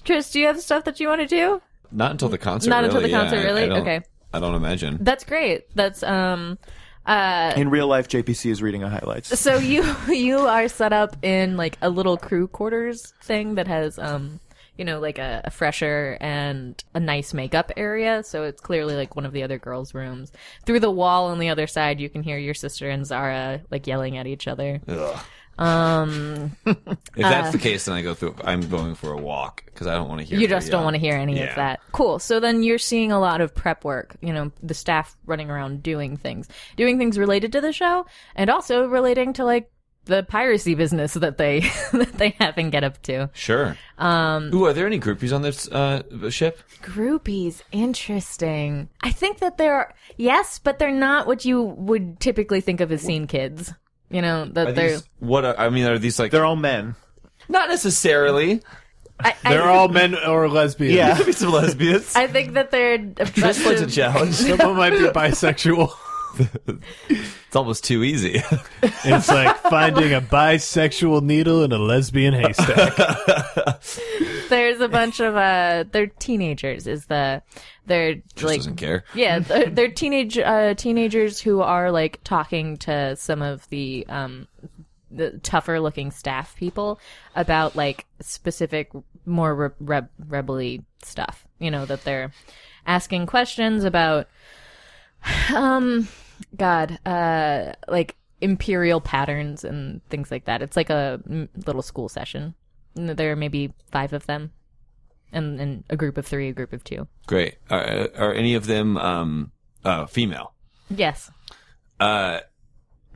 [SPEAKER 2] Chris, do you have stuff that you want to do?
[SPEAKER 5] Not until the concert.
[SPEAKER 2] Not until
[SPEAKER 5] really,
[SPEAKER 2] the
[SPEAKER 5] yeah,
[SPEAKER 2] concert,
[SPEAKER 5] I- I
[SPEAKER 2] really?
[SPEAKER 5] don't-
[SPEAKER 2] Okay.
[SPEAKER 5] I don't imagine.
[SPEAKER 2] That's great. That's, um,
[SPEAKER 6] In real life, JPC is reading a highlights.
[SPEAKER 2] so you, you are set up in like a little crew quarters thing that has, um, you know, like a, a fresher and a nice makeup area. So it's clearly like one of the other girls' rooms. Through the wall on the other side, you can hear your sister and Zara like yelling at each other. Um,
[SPEAKER 5] If
[SPEAKER 2] Uh,
[SPEAKER 5] that's the case, then I go through. I'm going for a walk because I don't want to hear. uh,
[SPEAKER 2] You
[SPEAKER 5] her
[SPEAKER 2] just don't
[SPEAKER 5] yell.
[SPEAKER 2] want to hear any
[SPEAKER 5] Yeah.
[SPEAKER 2] of that. Cool. So then you're seeing a lot of prep work, you know, the staff running around doing things, doing things related to the show and also relating to like the piracy business that they that they have and get up to.
[SPEAKER 5] Sure. Um. Ooh, are there any groupies on this uh, ship?
[SPEAKER 2] Groupies, interesting. I think that they're yes, but they're not what you would typically think of as scene kids. You know, that
[SPEAKER 5] Are
[SPEAKER 2] they're
[SPEAKER 5] these, what are, I mean, are these like
[SPEAKER 6] They're all men.
[SPEAKER 5] not necessarily?
[SPEAKER 2] I, I,
[SPEAKER 3] They're all men or lesbians.
[SPEAKER 6] Yeah.
[SPEAKER 5] Could be some lesbians.
[SPEAKER 2] I think that they're
[SPEAKER 5] This was a
[SPEAKER 2] offensive-
[SPEAKER 5] challenge.
[SPEAKER 3] Someone might be bisexual.
[SPEAKER 5] It's almost too easy.
[SPEAKER 3] It's like finding a bisexual needle in a lesbian haystack.
[SPEAKER 2] there's a bunch of uh they're teenagers is the they're like
[SPEAKER 5] doesn't care.
[SPEAKER 2] yeah they're, they're teenage uh teenagers who are like talking to some of the um the tougher looking staff people about like specific more re- re- rebelly stuff you know that they're asking questions about um god uh like imperial patterns and things like that it's like a mm, little school session and there are maybe five of them and, and a group of three a group of two
[SPEAKER 5] Great. Are, are any of them um, uh, female?
[SPEAKER 2] yes
[SPEAKER 5] Uh,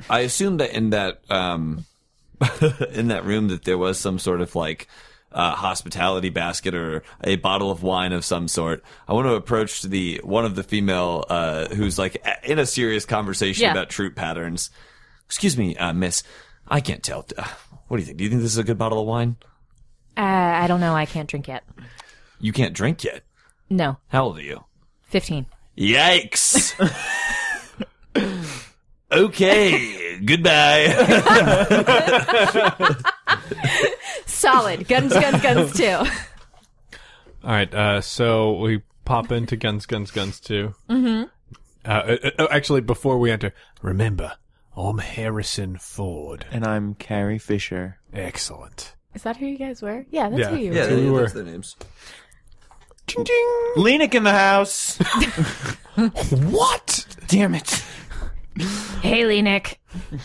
[SPEAKER 5] I assume that in that um, in that room that there was some sort of like uh, hospitality basket or a bottle of wine of some sort. I want to approach the one of the female uh, who's like a- in a serious conversation
[SPEAKER 2] Yeah.
[SPEAKER 5] about troop patterns. Excuse me, uh, Miss. I can't tell. Uh, What do you think? Do you think this is a good bottle of wine?
[SPEAKER 2] uh, i don't know i can't drink yet
[SPEAKER 5] You can't drink yet.
[SPEAKER 2] no
[SPEAKER 5] How old are you?
[SPEAKER 2] 15
[SPEAKER 5] Yikes. okay. Goodbye.
[SPEAKER 2] solid guns guns guns too
[SPEAKER 3] All right, uh, so we pop into Guns Guns Guns Two. Mm-hmm. Uh, uh, uh, actually, before we enter, remember, I'm Harrison Ford.
[SPEAKER 6] And I'm Carrie Fisher.
[SPEAKER 3] Excellent.
[SPEAKER 2] is that who you guys were yeah that's
[SPEAKER 3] Yeah.
[SPEAKER 2] who you
[SPEAKER 5] yeah,
[SPEAKER 2] were
[SPEAKER 3] we were.
[SPEAKER 5] that's their names.
[SPEAKER 6] Lenik in the house.
[SPEAKER 3] What?
[SPEAKER 6] Damn it.
[SPEAKER 2] haley nick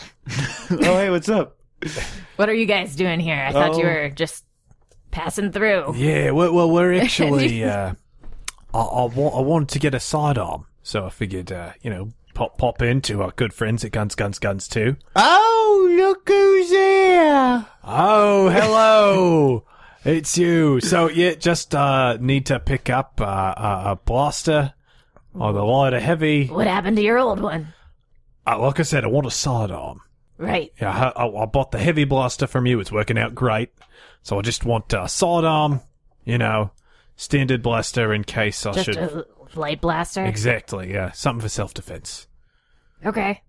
[SPEAKER 6] Oh hey, what's up?
[SPEAKER 2] what are you guys doing here i thought you were just passing through
[SPEAKER 3] Yeah, well, well we're actually. Uh, I, I, want, I wanted to get a sidearm, so I figured, uh, you know, pop pop into our good friends at Guns Guns Guns Two.
[SPEAKER 6] Oh, look who's here.
[SPEAKER 3] Oh, hello! It's you. So you just uh, need to pick up uh, a, a blaster or the lighter heavy.
[SPEAKER 2] What happened to your old one?
[SPEAKER 3] Uh, like I said, I want a sidearm.
[SPEAKER 2] Right.
[SPEAKER 3] Yeah, I, I, I bought the heavy blaster from you. It's working out great. So I just want a sidearm, you know, standard blaster in case I
[SPEAKER 2] Just
[SPEAKER 3] should.
[SPEAKER 2] a light blaster.
[SPEAKER 3] Exactly, yeah. Something for self defense.
[SPEAKER 2] okay.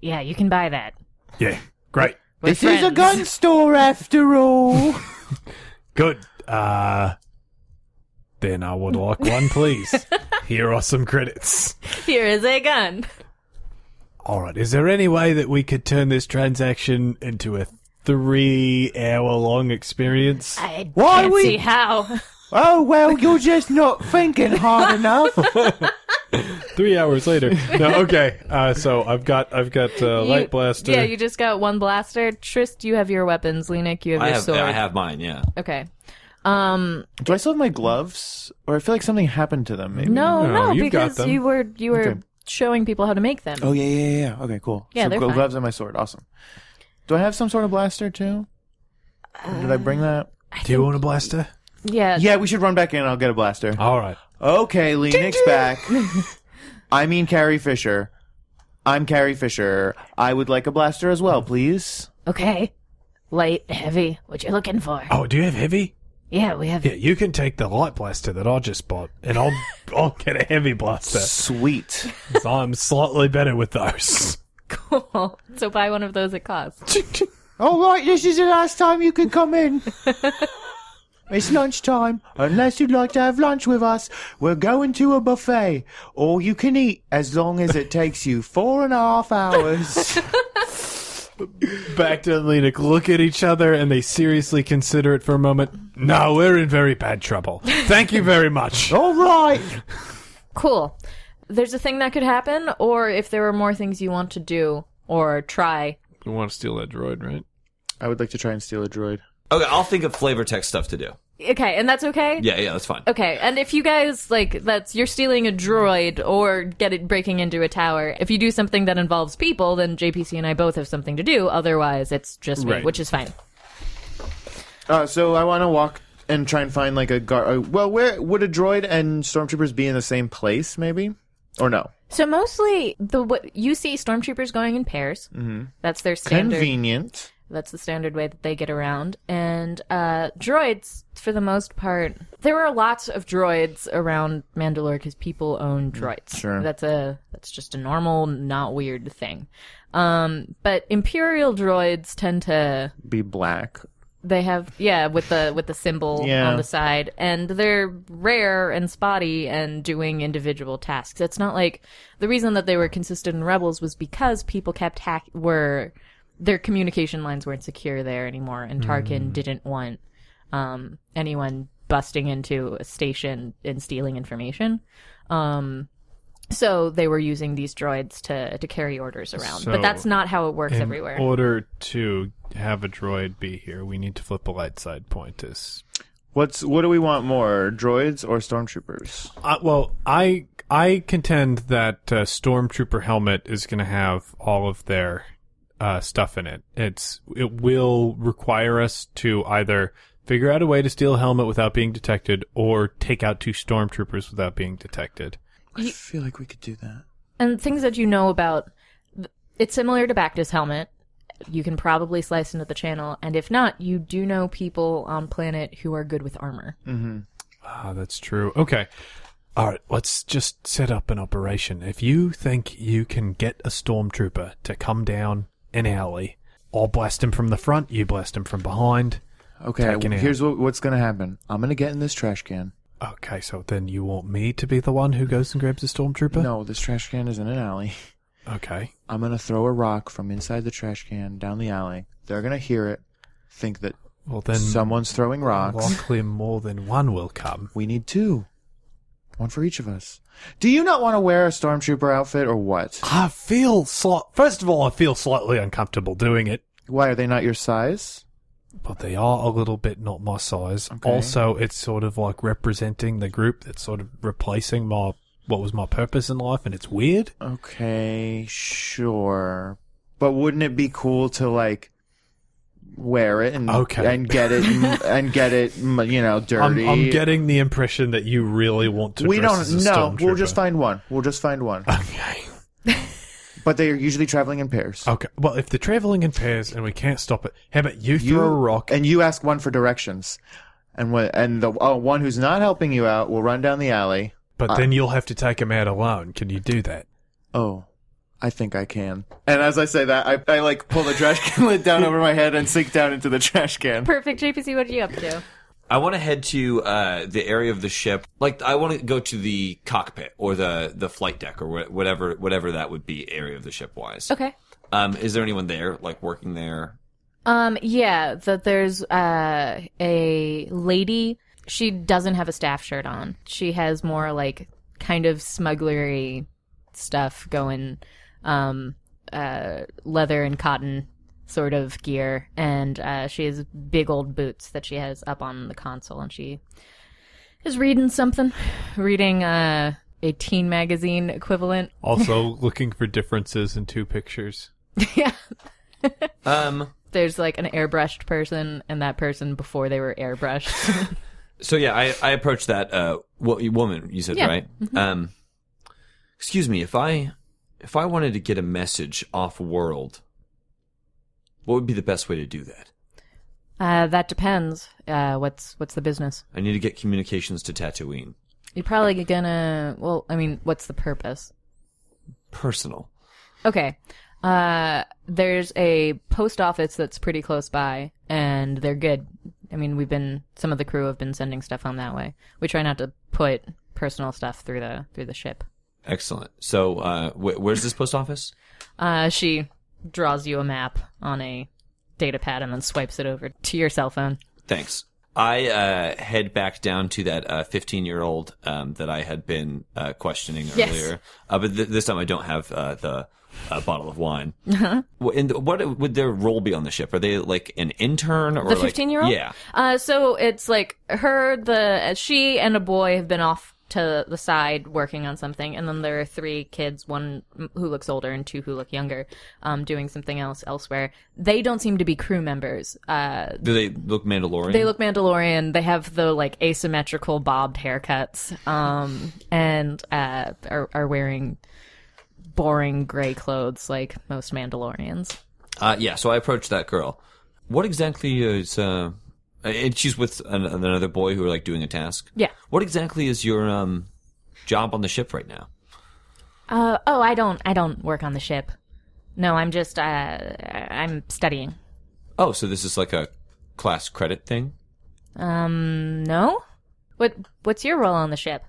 [SPEAKER 2] Yeah, you can buy that.
[SPEAKER 3] Yeah, great.
[SPEAKER 2] We're
[SPEAKER 6] this is a
[SPEAKER 2] friends.
[SPEAKER 6] gun store after all.
[SPEAKER 3] Good. Uh, then I would like one, please. Here are some credits.
[SPEAKER 2] Here is a gun.
[SPEAKER 3] All right. Is there any way that we could turn this transaction into a three-hour-long experience?
[SPEAKER 2] I
[SPEAKER 6] Why
[SPEAKER 2] can't
[SPEAKER 6] we-
[SPEAKER 2] see how.
[SPEAKER 6] oh well, you're just not thinking hard enough.
[SPEAKER 3] Three hours later. No, okay. Uh, so I've got I've got uh,
[SPEAKER 2] You-
[SPEAKER 3] light blaster.
[SPEAKER 2] Yeah, you just got one blaster. Trist, you have your weapons. Lenik, you have
[SPEAKER 5] I
[SPEAKER 2] your
[SPEAKER 5] have
[SPEAKER 2] sword.
[SPEAKER 5] I have mine. Yeah.
[SPEAKER 2] Okay. Um.
[SPEAKER 6] Do I still have my gloves? Or I feel like something happened to them. Maybe.
[SPEAKER 2] No,
[SPEAKER 3] No,
[SPEAKER 2] no,
[SPEAKER 3] you've got
[SPEAKER 2] because
[SPEAKER 3] them.
[SPEAKER 2] you were you were
[SPEAKER 6] Okay.
[SPEAKER 2] showing people how to make them.
[SPEAKER 6] Oh yeah, yeah, yeah, yeah. Okay, cool.
[SPEAKER 2] Yeah,
[SPEAKER 6] so
[SPEAKER 2] they're
[SPEAKER 6] glo-
[SPEAKER 2] fine.
[SPEAKER 6] gloves and my sword. Awesome. Do I have some sort of blaster too? Or Did I bring that?
[SPEAKER 3] Do you want a blaster?
[SPEAKER 2] Yeah.
[SPEAKER 6] Yeah, we should run back in. I'll get a blaster.
[SPEAKER 3] All right.
[SPEAKER 6] Okay, Lenik's back. I mean Carrie Fisher. I'm Carrie Fisher. I would like a blaster as well, please.
[SPEAKER 2] Okay. Light, heavy. What you looking for?
[SPEAKER 3] Oh, do you have heavy?
[SPEAKER 2] Yeah, we have.
[SPEAKER 3] Yeah, you can take the light blaster that I just bought, and I'll I'll get a heavy blaster.
[SPEAKER 6] Sweet.
[SPEAKER 3] 'cause I'm slightly better with those.
[SPEAKER 2] Cool. So buy one of those at cost.
[SPEAKER 6] All right, this is the last time you can come in. it's lunchtime. Unless you'd like to have lunch with us, we're going to a buffet. All you can eat as long as it takes you four and a half hours.
[SPEAKER 3] Back and Lenik look at each other and they seriously consider it for a moment. No, we're in very bad trouble. Thank you very much.
[SPEAKER 6] All right.
[SPEAKER 2] Cool. There's a thing that could happen, or if there were more things you want to do or try.
[SPEAKER 7] You want to steal that droid, right?
[SPEAKER 6] I would like to try and steal a droid.
[SPEAKER 5] Okay, I'll think of flavor text stuff to do.
[SPEAKER 2] Okay, and that's okay.
[SPEAKER 5] Yeah, yeah, that's fine.
[SPEAKER 2] Okay, and if you guys like that's you're stealing a droid or get it breaking into a tower. If you do something that involves people, then JPC and I both have something to do. Otherwise, it's just me,
[SPEAKER 7] Right.
[SPEAKER 2] which is fine.
[SPEAKER 6] Uh, so I want to walk and try and find like a guard. Uh, well, where would a droid and stormtroopers be in the same place, maybe? Or no?
[SPEAKER 2] So mostly the what you see stormtroopers going in pairs. Mm-hmm. That's their standard.
[SPEAKER 6] Convenient.
[SPEAKER 2] That's the standard way that they get around. And uh, droids, for the most part, there were lots of droids around Mandalore because people own droids.
[SPEAKER 6] Sure.
[SPEAKER 2] That's a that's just a normal, not weird thing. Um, but Imperial droids tend to
[SPEAKER 6] Be black.
[SPEAKER 2] they have yeah with the with the symbol
[SPEAKER 6] Yeah.
[SPEAKER 2] on the side, and they're rare and spotty and doing individual tasks. It's not like the reason that they were consistent in Rebels was because people kept hack were their communication lines weren't secure there anymore, and
[SPEAKER 7] Hmm.
[SPEAKER 2] Tarkin didn't want um, anyone busting into a station and stealing information. Um, so they were using these droids to to carry orders around,
[SPEAKER 7] So-
[SPEAKER 2] but that's not how it works
[SPEAKER 7] In
[SPEAKER 2] everywhere.
[SPEAKER 7] order to have a droid be here, we need to flip a light side point. Is
[SPEAKER 6] What's what do we want more, droids or stormtroopers?
[SPEAKER 3] Uh, well, I I contend that uh, stormtrooper helmet is going to have all of their uh, stuff in it. It's it will require us to either figure out a way to steal a helmet without being detected, or take out two stormtroopers without being detected.
[SPEAKER 6] I feel like we could do that.
[SPEAKER 2] and things that you know about it's similar to Bactus helmet. You can probably slice into the channel, and if not, you do know people on planet who are good with armor.
[SPEAKER 3] Ah, that's true. Okay. All right, let's just set up an operation. If you think you can get a stormtrooper to come down an alley, I'll blast him from the front, you blast him from behind.
[SPEAKER 6] Okay,
[SPEAKER 3] Taking
[SPEAKER 6] well,
[SPEAKER 3] it.
[SPEAKER 6] here's what, what's gonna happen. I'm gonna get in this trash can.
[SPEAKER 3] Okay, so then you want me to be the one who goes and grabs the stormtrooper?
[SPEAKER 6] No, this trash can is in an alley.
[SPEAKER 3] Okay.
[SPEAKER 6] I'm gonna throw a rock from inside the trash can down the alley. They're gonna hear it, think that
[SPEAKER 3] Well, then
[SPEAKER 6] someone's throwing rocks.
[SPEAKER 3] likely more than one will come.
[SPEAKER 6] We need two. One for each of us. Do you not want to wear a stormtrooper outfit or what?
[SPEAKER 3] I feel sli- first of all, I feel slightly uncomfortable doing it,
[SPEAKER 6] Why are they not your size?
[SPEAKER 3] but they are a little bit not my size.
[SPEAKER 6] Okay.
[SPEAKER 3] Also, it's sort of like representing the group that's sort of replacing my what was my purpose in life, and it's weird.
[SPEAKER 6] Okay, sure. But wouldn't it be cool to like wear it and
[SPEAKER 7] Okay.
[SPEAKER 6] and get it and get it you know dirty.
[SPEAKER 7] I'm, I'm getting the impression that you really want to.
[SPEAKER 6] we
[SPEAKER 7] dress
[SPEAKER 6] don't
[SPEAKER 7] as a
[SPEAKER 6] no. We'll
[SPEAKER 7] stormtrooper.
[SPEAKER 6] just find one. We'll just find one.
[SPEAKER 7] Okay.
[SPEAKER 6] But they are usually traveling in pairs.
[SPEAKER 7] Okay. Well, if they're traveling in pairs and we can't stop it, how about you throw a rock?
[SPEAKER 6] and you ask one for directions, and when, and the uh, one who's not helping you out will run down the alley.
[SPEAKER 7] but then you'll have to take him out alone. Can you do that?
[SPEAKER 6] Oh, I think I can. And as I say that, I, I like pull the trash can lid down over my head and sink down into the trash can.
[SPEAKER 2] Perfect, JPC. What are you up to?
[SPEAKER 5] I want to head to uh, the area of the ship. Like I want to go to the cockpit or the the flight deck or wha- whatever whatever that would be area of the ship wise.
[SPEAKER 2] Okay.
[SPEAKER 5] Um, is there anyone there like working there?
[SPEAKER 2] Um, yeah, that there's uh, a lady. She doesn't have a staff shirt on. She has more like kind of smugglery stuff going, um, uh, leather and cotton sort of gear, and uh, she has big old boots that she has up on the console, and she is reading something, reading uh, a teen magazine equivalent.
[SPEAKER 7] Also, looking for differences in two pictures.
[SPEAKER 2] yeah.
[SPEAKER 5] Um,
[SPEAKER 2] There's like an airbrushed person and that person before they were airbrushed.
[SPEAKER 5] So yeah, I, I approached that uh wo- woman you said
[SPEAKER 2] Yeah.
[SPEAKER 5] right. Um, excuse me if I if I wanted to get a message off world, what would be the best way to do that?
[SPEAKER 2] Uh, that depends. Uh, what's what's the business?
[SPEAKER 5] I need to get communications to Tatooine,
[SPEAKER 2] You're probably gonna. Well, I mean, what's the purpose?
[SPEAKER 5] personal.
[SPEAKER 2] Okay. Uh, there's a post office that's pretty close by, and they're good. I mean, we've been some of the crew have been sending stuff home that way. We try not to put personal stuff through the through the ship.
[SPEAKER 5] Excellent. So uh, wh- where's this post office?
[SPEAKER 2] Uh, she draws you a map on a data pad and then swipes it over to your cell phone.
[SPEAKER 5] Thanks. I uh, head back down to that 15 year old um, that I had been uh, questioning
[SPEAKER 2] Yes.
[SPEAKER 5] earlier. Uh, but th- this time I don't have uh, the uh, bottle of wine.
[SPEAKER 2] Uh-huh.
[SPEAKER 5] Wh- And what would their role be on the ship? Are they like an intern or
[SPEAKER 2] the
[SPEAKER 5] like-
[SPEAKER 2] 15 year old
[SPEAKER 5] Yeah.
[SPEAKER 2] uh so it's like her the she and a boy have been off to the side working on something and then there are three kids one who looks older and two who look younger um doing something else elsewhere they don't seem to be crew members uh
[SPEAKER 5] Do they look Mandalorian?
[SPEAKER 2] they look Mandalorian. They have the like asymmetrical bobbed haircuts, um, and uh, are, are wearing boring gray clothes like most Mandalorians.
[SPEAKER 5] Uh, yeah. So I approached that girl. What exactly is? Uh, and she's with an, another boy who are like doing a task.
[SPEAKER 2] Yeah.
[SPEAKER 5] What exactly is your um, job on the ship right now?
[SPEAKER 2] Uh, oh, I don't, I don't work on the ship. No, I'm just, uh, I'm studying.
[SPEAKER 5] Oh, so this is like a class credit thing.
[SPEAKER 2] Um, no? What, what's your role on the ship?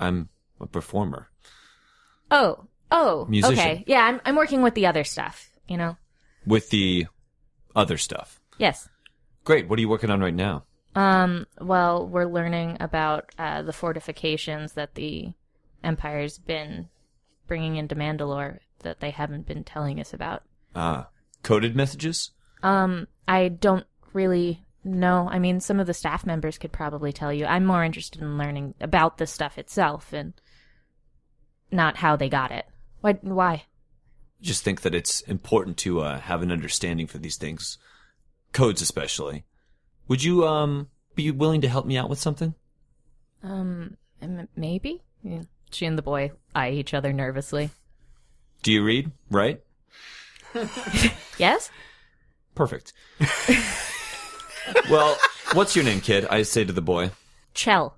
[SPEAKER 5] I'm a performer.
[SPEAKER 2] Oh, oh,
[SPEAKER 5] Musician.
[SPEAKER 2] okay. Yeah, I'm, I'm working with the other stuff, you know?
[SPEAKER 5] with the other stuff.
[SPEAKER 2] Yes.
[SPEAKER 5] Great. What are you working on right now?
[SPEAKER 2] Um, well, we're learning about, uh, the fortifications that the Empire's been bringing into Mandalore that they haven't been telling us about.
[SPEAKER 5] Uh, coded messages?
[SPEAKER 2] Um, I don't really know. I mean, some of the staff members could probably tell you. I'm more interested in learning about the stuff itself and not how they got it. Why? Why?
[SPEAKER 5] Just think that it's important to uh, have an understanding for these things, codes especially. Would you um be willing to help me out with something?
[SPEAKER 2] Um, m- maybe. Yeah. She and the boy eye each other nervously.
[SPEAKER 5] Do you read? Right?
[SPEAKER 2] Yes.
[SPEAKER 5] Perfect. well, what's your name, kid? I say to the boy.
[SPEAKER 2] Chell.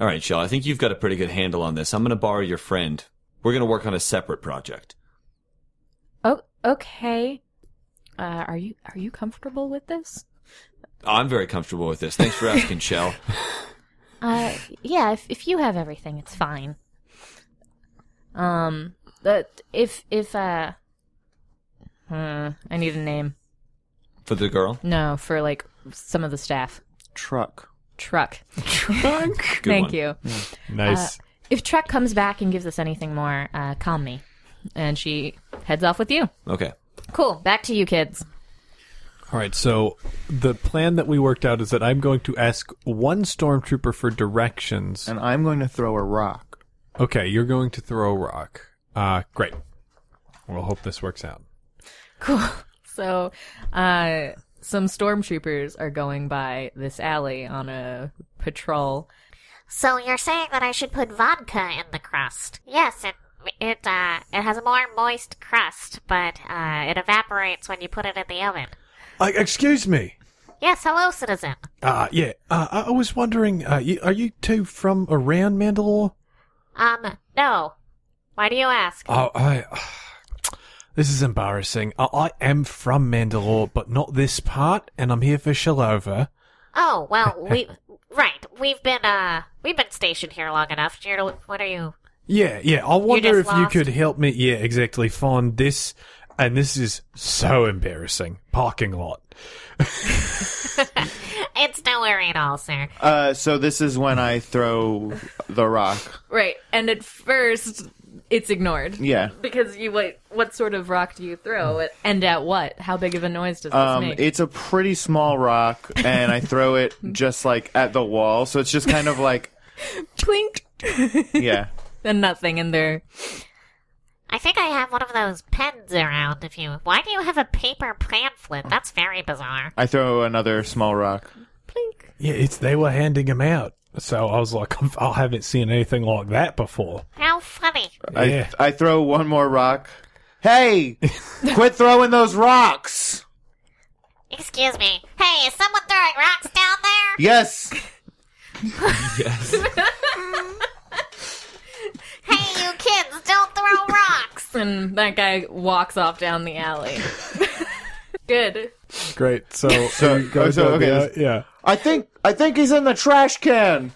[SPEAKER 5] All right, Shell. I think you've got a pretty good handle on this. I'm going to borrow your friend. We're going to work on a separate project.
[SPEAKER 2] Oh, okay. Uh, are you are you comfortable with this?
[SPEAKER 5] I'm very comfortable with this. Thanks for asking, Shell.
[SPEAKER 2] Uh, yeah. If if you have everything, it's fine. Um, but if if uh, hmm, I need a name.
[SPEAKER 5] For the girl.
[SPEAKER 2] No, for like some of the staff.
[SPEAKER 6] Truck.
[SPEAKER 2] Truck.
[SPEAKER 5] Good
[SPEAKER 2] Thank
[SPEAKER 5] one.
[SPEAKER 2] you.
[SPEAKER 7] Nice.
[SPEAKER 2] If Truck comes back and gives us anything more, uh, call me. And she heads off with you.
[SPEAKER 5] Okay.
[SPEAKER 2] Cool. Back to you, kids.
[SPEAKER 7] All right. So the plan that we worked out is that I'm going to ask one stormtrooper for directions.
[SPEAKER 6] And I'm going to throw a rock.
[SPEAKER 7] Okay, you're going to throw a rock. Uh, great. We'll hope this works out.
[SPEAKER 2] Cool. So, uh, some stormtroopers are going by this alley on a patrol.
[SPEAKER 9] So you're saying that I should put vodka in the crust? Yes, it it uh it has a more moist crust, but uh it evaporates when you put it in the oven.
[SPEAKER 3] Uh, excuse me.
[SPEAKER 9] Yes, hello, citizen.
[SPEAKER 3] Uh, yeah. Uh, I- I was wondering, uh, you, are you two from around Mandalore?
[SPEAKER 9] Um, no. Why do you ask?
[SPEAKER 3] Oh, I. This is embarrassing. I, I am from Mandalore, but not this part, and I'm here for Shalova.
[SPEAKER 9] Oh, well, we right. We've been uh we've been stationed here long enough. You're, what are you?
[SPEAKER 3] Yeah, yeah. I wonder
[SPEAKER 9] just
[SPEAKER 3] if you
[SPEAKER 9] lost.
[SPEAKER 3] could help me. Yeah, exactly. Find this, and this is so embarrassing. Parking lot.
[SPEAKER 9] It's nowhere at all, sir.
[SPEAKER 6] Uh, so this is when I throw the rock.
[SPEAKER 2] Right, and at first, it's ignored.
[SPEAKER 6] Yeah.
[SPEAKER 2] Because you wait, what sort of rock do you throw, at, and at what? How big of a noise does this
[SPEAKER 6] Um,
[SPEAKER 2] make?
[SPEAKER 6] it's a pretty small rock, and I throw it just like at the wall. So it's just kind of like,
[SPEAKER 2] Plink,
[SPEAKER 6] yeah.
[SPEAKER 2] and nothing in there.
[SPEAKER 9] I think I have one of those pens around. If you, why do you have a paper pamphlet? That's very bizarre.
[SPEAKER 6] I throw another small rock.
[SPEAKER 2] Plink.
[SPEAKER 3] Yeah, it's they were handing him out. So I was like, I'm, I haven't seen anything like that before.
[SPEAKER 9] How funny.
[SPEAKER 3] Yeah.
[SPEAKER 6] I I throw one more rock. Hey, quit throwing those rocks.
[SPEAKER 9] Excuse me. Hey, is someone throwing rocks down there?
[SPEAKER 6] Yes.
[SPEAKER 9] Hey, you kids, don't throw rocks.
[SPEAKER 2] And that guy walks off down the alley. Good.
[SPEAKER 3] Great. So, uh,
[SPEAKER 6] So-
[SPEAKER 3] you guys
[SPEAKER 6] so,
[SPEAKER 3] got the-
[SPEAKER 6] okay, this-
[SPEAKER 3] yeah.
[SPEAKER 6] I think I think he's in the trash can.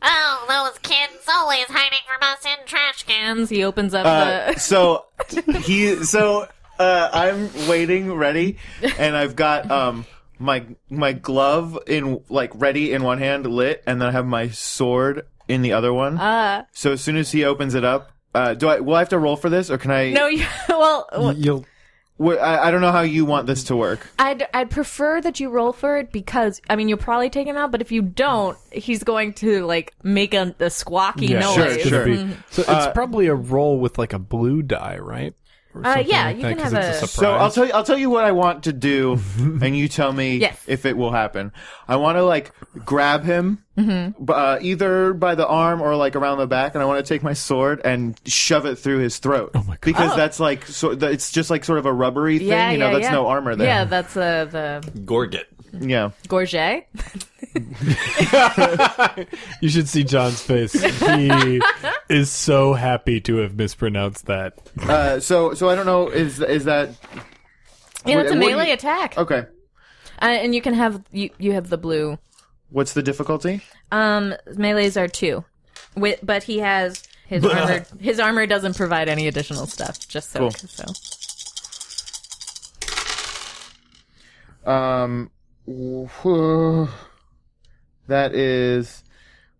[SPEAKER 9] Oh, those kids always hiding from us in trash cans.
[SPEAKER 2] And he opens up
[SPEAKER 6] Uh,
[SPEAKER 2] the.
[SPEAKER 6] so he so uh, I'm waiting ready, and I've got um my my glove in like ready in one hand lit, and then I have my sword in the other one.
[SPEAKER 2] Uh,
[SPEAKER 6] so as soon as he opens it up, uh, do I will I have to roll for this, or can I?
[SPEAKER 2] no, you, well,
[SPEAKER 3] Y- You'll
[SPEAKER 6] Wh- I, I don't know how you want this to work.
[SPEAKER 2] I'd I'd prefer that you roll for it because I mean you'll probably take him out, but if you don't, he's going to like make a, a squawky noise.
[SPEAKER 6] sure,
[SPEAKER 3] it's gonna
[SPEAKER 6] sure.
[SPEAKER 3] be- Mm-hmm. Uh, so it's probably a roll with like a blue die, right? Or
[SPEAKER 2] Uh,
[SPEAKER 3] something
[SPEAKER 2] yeah,
[SPEAKER 3] like
[SPEAKER 2] you
[SPEAKER 3] that,
[SPEAKER 2] can
[SPEAKER 3] 'cause
[SPEAKER 2] have
[SPEAKER 3] it's
[SPEAKER 2] a-
[SPEAKER 3] surprise.
[SPEAKER 6] So I'll tell you. I'll tell you what I want to do, and you tell me
[SPEAKER 2] Yes.
[SPEAKER 6] if it will happen. I want to like grab him,
[SPEAKER 2] Mm-hmm.
[SPEAKER 6] b- uh, either by the arm or like around the back, and I want to take my sword and shove it through his throat. Oh my god! Because that's like so. th- It's just like sort of a rubbery thing.
[SPEAKER 2] Yeah,
[SPEAKER 6] you know,
[SPEAKER 2] yeah,
[SPEAKER 6] that's
[SPEAKER 2] yeah.
[SPEAKER 6] no armor there.
[SPEAKER 2] Yeah, that's uh, the
[SPEAKER 5] Gorget.
[SPEAKER 6] yeah.
[SPEAKER 2] gorget.
[SPEAKER 3] You should see John's face. He is so happy to have mispronounced that.
[SPEAKER 6] Uh, so so I don't know. Is is that
[SPEAKER 2] Yeah, that's a
[SPEAKER 6] What- what do
[SPEAKER 2] melee
[SPEAKER 6] you-
[SPEAKER 2] attack,
[SPEAKER 6] okay?
[SPEAKER 2] uh, and you can have you you have the blue.
[SPEAKER 6] What's the difficulty?
[SPEAKER 2] Um, melee's are two, with but he has his armor. His armor doesn't provide any additional stuff. Just so
[SPEAKER 6] uh, Cool.
[SPEAKER 2] so.
[SPEAKER 6] Um, whew. that is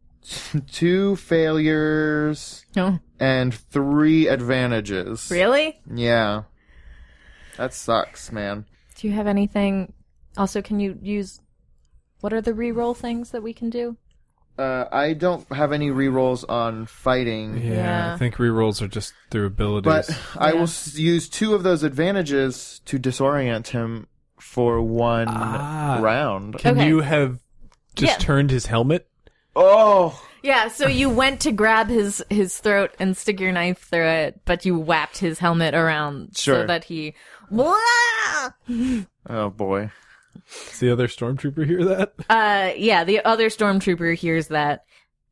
[SPEAKER 6] two failures.
[SPEAKER 2] No,
[SPEAKER 6] and three advantages.
[SPEAKER 2] really?
[SPEAKER 6] Yeah. That sucks, man.
[SPEAKER 2] Do you have anything? Also, can you use? What are the reroll things that we can do?
[SPEAKER 6] Uh, I don't have any rerolls on fighting,
[SPEAKER 3] Yeah,
[SPEAKER 2] Yeah.
[SPEAKER 3] I think rerolls are just through abilities.
[SPEAKER 6] but I will s- use two of those advantages to disorient him for one
[SPEAKER 3] Ah.
[SPEAKER 6] round.
[SPEAKER 3] can
[SPEAKER 2] Okay.
[SPEAKER 3] you have just
[SPEAKER 2] Yeah.
[SPEAKER 3] turned his helmet?
[SPEAKER 6] Oh,
[SPEAKER 2] Yeah, so you went to grab his his throat and stick your knife through it, but you whapped his helmet around so
[SPEAKER 6] Sure.
[SPEAKER 2] that he
[SPEAKER 6] oh boy.
[SPEAKER 3] Does the other stormtrooper hear that?
[SPEAKER 2] uh yeah, the other stormtrooper hears that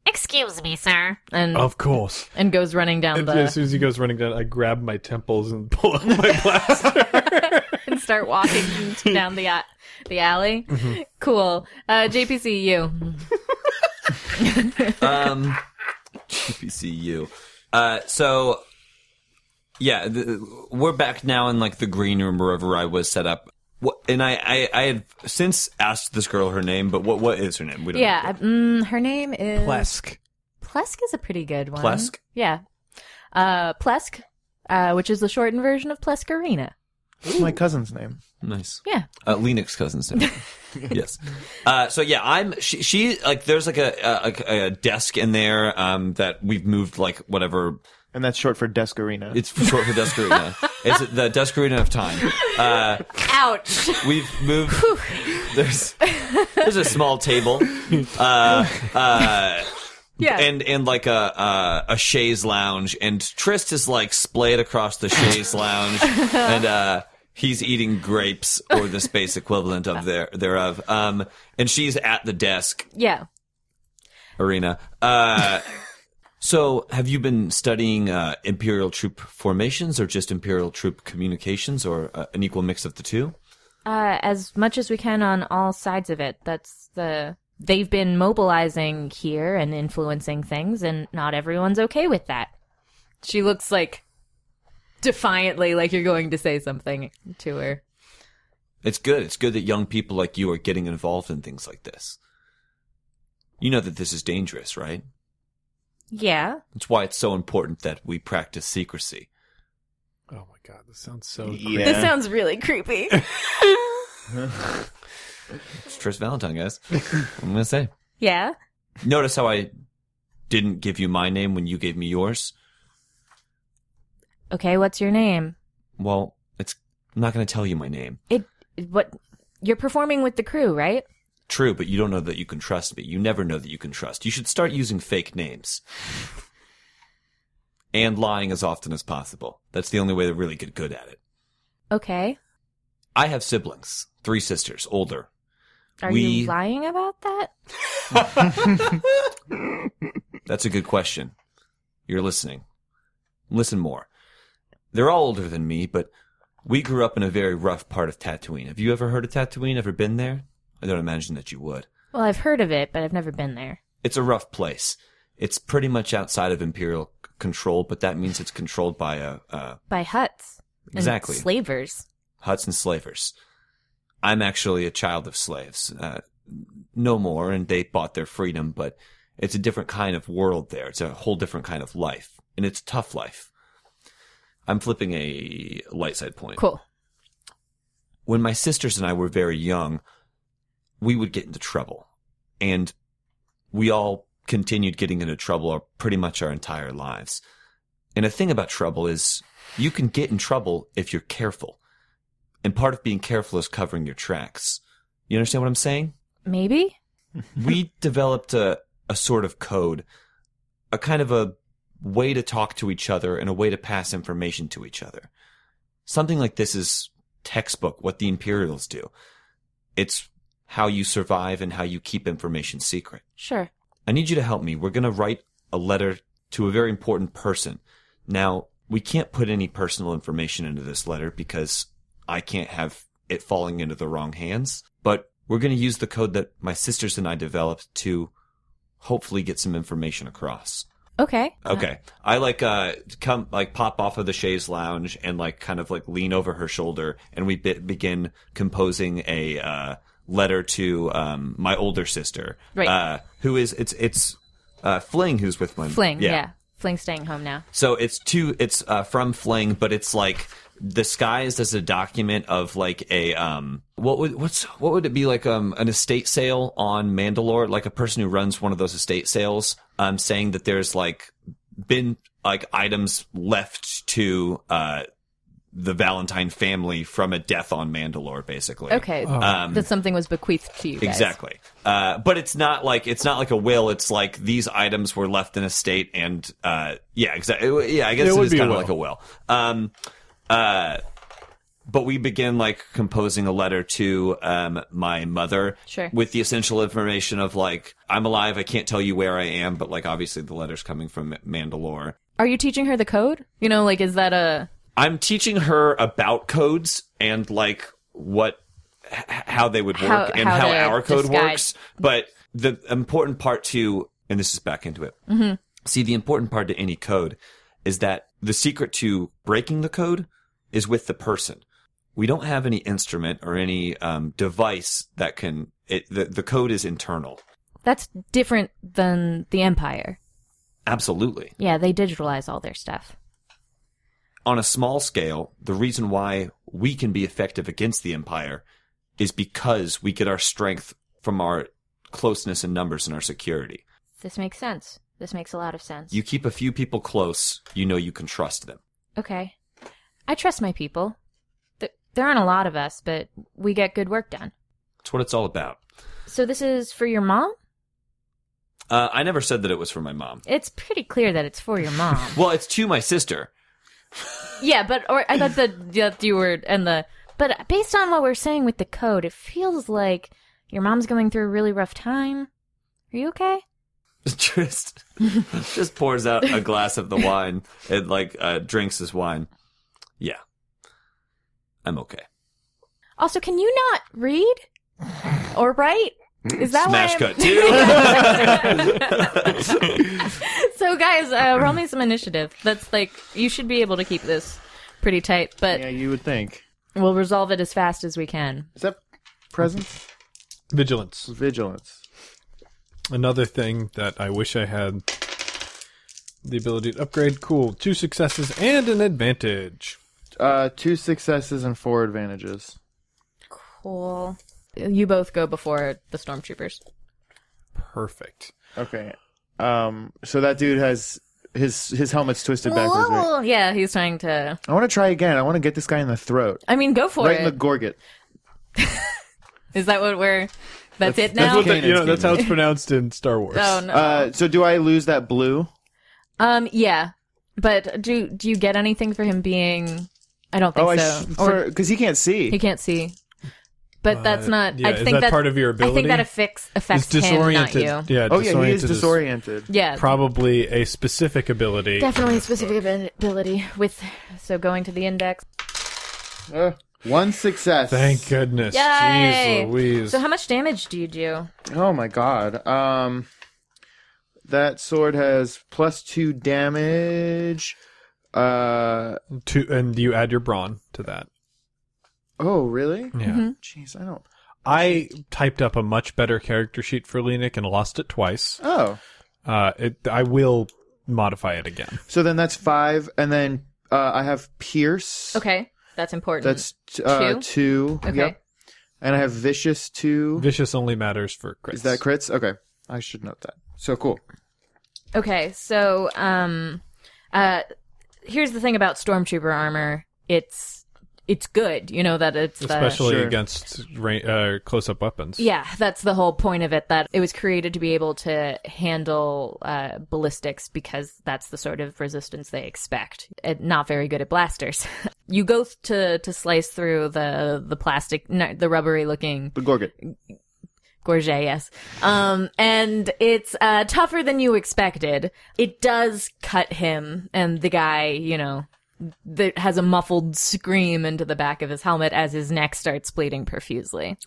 [SPEAKER 9] Excuse me, sir.
[SPEAKER 2] and
[SPEAKER 3] Of course.
[SPEAKER 2] and goes running down
[SPEAKER 3] And
[SPEAKER 2] the
[SPEAKER 3] as soon as he goes running down, I grab my temples and pull out my blaster.
[SPEAKER 2] and start walking down the a- the alley.
[SPEAKER 3] Mm-hmm.
[SPEAKER 2] Cool. Uh JPC you.
[SPEAKER 5] Um, GPCU. Uh, so yeah, th we're back now in like the green room wherever I was set up. What, and I, I, I had since asked this girl her name, but what, what is her name? We don't
[SPEAKER 2] Yeah, I- mm, her name is
[SPEAKER 3] Plesk.
[SPEAKER 2] Plesk is a pretty good one.
[SPEAKER 5] Plesk?
[SPEAKER 2] Yeah. Uh Plesk, uh which is the shortened version of Pleskarina.
[SPEAKER 6] It's my cousin's name.
[SPEAKER 5] Nice.
[SPEAKER 2] Yeah.
[SPEAKER 5] Uh, Lennox cousin's name. yes. Uh, so yeah, I'm. She, she like there's like a, a a- a desk in there um, that we've moved like whatever
[SPEAKER 6] and that's short for desk arena.
[SPEAKER 5] It's short for Descarina. it's the Descarina of time. Uh,
[SPEAKER 2] Ouch.
[SPEAKER 5] we've moved. There's there's a small table, uh, uh,
[SPEAKER 2] Yeah.
[SPEAKER 5] and and like a uh, a chaise lounge, and Trist is like splayed across the chaise lounge, and uh, he's eating grapes or the space equivalent of there thereof. Um, and she's at the desk
[SPEAKER 2] yeah.
[SPEAKER 5] arena. Uh, so, have you been studying uh, Imperial troop formations, or just Imperial troop communications, or uh, an equal mix of the two?
[SPEAKER 2] Uh, as much as we can on all sides of it. That's the they've been mobilizing here and influencing things, and not everyone's okay with that. She looks like defiantly, like you're going to say something to her.
[SPEAKER 5] It's good. It's good that young people like you are getting involved in things like this. You know that this is dangerous, right?
[SPEAKER 2] Yeah.
[SPEAKER 5] That's why it's so important that we practice secrecy.
[SPEAKER 3] Oh my god, this sounds so.
[SPEAKER 6] yeah.
[SPEAKER 2] This sounds really creepy.
[SPEAKER 5] It's Tris Valentine, guys. I'm gonna say.
[SPEAKER 2] yeah.
[SPEAKER 5] Notice how I didn't give you my name when you gave me yours.
[SPEAKER 2] Okay. What's your name?
[SPEAKER 5] Well, it's. I'm not gonna tell you my name.
[SPEAKER 2] It. What? You're performing with the crew, right?
[SPEAKER 5] True, but you don't know that you can trust me. You never know that you can trust. You should start using fake names. And lying as often as possible. That's the only way to really get good at it.
[SPEAKER 2] Okay.
[SPEAKER 5] I have siblings, three sisters, older.
[SPEAKER 2] Are
[SPEAKER 5] We-
[SPEAKER 2] you lying about that?
[SPEAKER 5] That's a good question. You're listening. Listen more. They're all older than me, but we grew up in a very rough part of Tatooine. Have you ever heard of Tatooine? Ever been there? I don't imagine that you would.
[SPEAKER 2] Well, I've heard of it, but I've never been there.
[SPEAKER 5] it's a rough place. It's pretty much outside of imperial c- control, but that means it's controlled by uh, uh,
[SPEAKER 2] By huts. and
[SPEAKER 5] Exactly.
[SPEAKER 2] Slavers.
[SPEAKER 5] huts and slavers. I'm actually a child of slaves, uh, no more, and they bought their freedom, but it's a different kind of world there. It's a whole different kind of life, and it's a tough life. I'm flipping a light side point.
[SPEAKER 2] Cool.
[SPEAKER 5] when my sisters and I were very young, we would get into trouble. And we all continued getting into trouble our, pretty much our entire lives. And a thing about trouble is you can get in trouble if you're careful. And part of being careful is covering your tracks. You understand what I'm saying?
[SPEAKER 2] Maybe.
[SPEAKER 5] we developed a, a sort of code, a kind of a way to talk to each other and a way to pass information to each other. Something like this is textbook what the Imperials do. It's how you survive and how you keep information secret.
[SPEAKER 2] Sure.
[SPEAKER 5] I need you to help me. We're going to write a letter to a very important person. Now, we can't put any personal information into this letter because I can't have it falling into the wrong hands. But we're going to use the code that my sisters and I developed to hopefully get some information across.
[SPEAKER 2] Okay.
[SPEAKER 5] Okay. I like uh come like pop off of the chaise lounge and like kind of like lean over her shoulder and we be- begin composing a uh letter to um my older sister.
[SPEAKER 2] Right.
[SPEAKER 5] Uh who is it's it's uh Fling who's with my
[SPEAKER 2] Fling, yeah. Fling's staying home now.
[SPEAKER 5] So it's two. It's uh, from Fling, but it's like disguised as a document of like a um. What would what's what would it be like um an estate sale on Mandalore? Like a person who runs one of those estate sales, um, saying that there's like been like items left to uh the Valentine family from a death on Mandalore, basically.
[SPEAKER 2] Okay. that something was bequeathed to you guys.
[SPEAKER 5] Um, Exactly. Uh, but it's not like it's not like a will. It's like these items were left in a state, and uh, yeah, exactly. Yeah, I guess
[SPEAKER 3] It
[SPEAKER 5] it
[SPEAKER 3] would
[SPEAKER 5] is
[SPEAKER 3] be a
[SPEAKER 5] kind of
[SPEAKER 3] will.
[SPEAKER 5] like a will. Um, uh, but we begin like composing a letter to um, my mother
[SPEAKER 2] Sure.
[SPEAKER 5] with the essential information of like I'm alive. I can't tell you where I am, but like obviously the letter's coming from Mandalore.
[SPEAKER 2] Are you teaching her the code? You know, like, is that a.
[SPEAKER 5] I'm teaching her about codes and like what h- how they would work
[SPEAKER 2] How-
[SPEAKER 5] and
[SPEAKER 2] how
[SPEAKER 5] how,
[SPEAKER 2] to
[SPEAKER 5] our code
[SPEAKER 2] disguise-
[SPEAKER 5] works. But the important part to and this is back into it.
[SPEAKER 2] Mm-hmm.
[SPEAKER 5] See, the important part to any code is that the secret to breaking the code is with the person. We don't have any instrument or any um, device that can. It, the, the code is internal.
[SPEAKER 2] That's different than the Empire.
[SPEAKER 5] Absolutely.
[SPEAKER 2] Yeah, they digitalize all their stuff.
[SPEAKER 5] on a small scale, the reason why we can be effective against the Empire is because we get our strength from our closeness in numbers and our security.
[SPEAKER 2] This makes sense. This makes a lot of sense.
[SPEAKER 5] You keep a few people close. You know you can trust them.
[SPEAKER 2] okay. I trust my people. Th- there aren't a lot of us, but we get good work done.
[SPEAKER 5] That's what it's all about.
[SPEAKER 2] So this is for your mom?
[SPEAKER 5] Uh, I never said that it was for my mom.
[SPEAKER 2] It's pretty clear that it's for your mom.
[SPEAKER 5] Well, it's to my sister.
[SPEAKER 2] yeah, but or I thought that that you were and the but based on what we're saying with the code, it feels like your mom's going through a really rough time. Are you okay?
[SPEAKER 5] just just pours out a glass of the wine and like uh, drinks his wine. Yeah, I'm okay.
[SPEAKER 2] Also, can you not read or write? Is that
[SPEAKER 5] Smash
[SPEAKER 2] why I'm-
[SPEAKER 5] cut two.
[SPEAKER 2] So, guys, uh, roll me some initiative. That's like you should be able to keep this pretty tight, but
[SPEAKER 6] Yeah, you would think.
[SPEAKER 2] we'll resolve it as fast as we can.
[SPEAKER 6] Is that presence?
[SPEAKER 3] Vigilance.
[SPEAKER 6] Vigilance.
[SPEAKER 3] Another thing that I wish I had the ability to upgrade. Cool. Two successes and an advantage.
[SPEAKER 6] Uh, two successes and four advantages.
[SPEAKER 2] Cool. You both go before the stormtroopers.
[SPEAKER 3] Perfect.
[SPEAKER 6] Okay. Um. So that dude has his his helmet's twisted backwards. Right?
[SPEAKER 2] Well, Oh, yeah, he's trying to.
[SPEAKER 6] I want to try again. I want to get this guy in the throat,
[SPEAKER 2] I mean, go for
[SPEAKER 6] right
[SPEAKER 2] it.
[SPEAKER 6] in
[SPEAKER 2] Is
[SPEAKER 6] the gorget.
[SPEAKER 2] that what we're? That's, it
[SPEAKER 6] that's
[SPEAKER 2] now.
[SPEAKER 6] what Cannon's
[SPEAKER 3] you know, that's
[SPEAKER 6] game.
[SPEAKER 3] how it's pronounced in Star Wars.
[SPEAKER 2] oh no.
[SPEAKER 6] Uh. So do I lose that blue?
[SPEAKER 2] um. Yeah. But do do you get anything for him being? I don't think
[SPEAKER 6] Oh, I
[SPEAKER 2] so.
[SPEAKER 6] sh-
[SPEAKER 2] or
[SPEAKER 6] because he can't see.
[SPEAKER 2] he can't see. But that's
[SPEAKER 3] Uh,
[SPEAKER 2] not.
[SPEAKER 3] yeah,
[SPEAKER 2] I
[SPEAKER 3] is
[SPEAKER 2] think
[SPEAKER 3] that part of your
[SPEAKER 2] I think that
[SPEAKER 3] ability?
[SPEAKER 2] affects
[SPEAKER 3] It's
[SPEAKER 2] affects him, not
[SPEAKER 3] disoriented.
[SPEAKER 2] you.
[SPEAKER 3] Yeah,
[SPEAKER 6] oh yeah, he is
[SPEAKER 3] disoriented is
[SPEAKER 6] disoriented.
[SPEAKER 2] Yeah.
[SPEAKER 3] Probably a specific ability.
[SPEAKER 2] Definitely specific ability with so going to the index.
[SPEAKER 6] Uh, one success.
[SPEAKER 3] Thank goodness.
[SPEAKER 2] Yay!
[SPEAKER 3] Jeez Louise.
[SPEAKER 2] So how much damage do you do?
[SPEAKER 6] Oh my god. Um, that sword has plus two damage. Uh.
[SPEAKER 3] Two, and you add your brawn to that.
[SPEAKER 6] Oh really?
[SPEAKER 3] Yeah.
[SPEAKER 2] Mm-hmm.
[SPEAKER 6] Jeez, I don't.
[SPEAKER 3] I typed up a much better character sheet for Lenik and lost it twice.
[SPEAKER 6] Oh.
[SPEAKER 3] Uh, it, I will modify it again.
[SPEAKER 6] So then that's five, and then uh, I have Pierce.
[SPEAKER 2] Okay, that's important.
[SPEAKER 6] That's t- uh, two.
[SPEAKER 2] Okay.
[SPEAKER 6] Yep. And I have Vicious two.
[SPEAKER 3] Vicious only matters for crits.
[SPEAKER 6] Is that crits? Okay. I should note that. So cool.
[SPEAKER 2] Okay, so um, uh, here's the thing about stormtrooper armor. It's it's good. You know that it's the-
[SPEAKER 3] Especially
[SPEAKER 6] Sure.
[SPEAKER 3] against ra- uh, close-up weapons.
[SPEAKER 2] Uh, Yeah, that's the whole point of it. That it was created to be able to handle uh, ballistics because that's the sort of resistance they expect. And not very good at blasters. you go th- to to slice through the the plastic, n- the rubbery looking
[SPEAKER 6] But Gorgon.
[SPEAKER 2] gorget, yes. Um, and it's uh, tougher than you expected. It does cut him, and the guy, you know, that has a muffled scream into the back of his helmet as his neck starts bleeding profusely.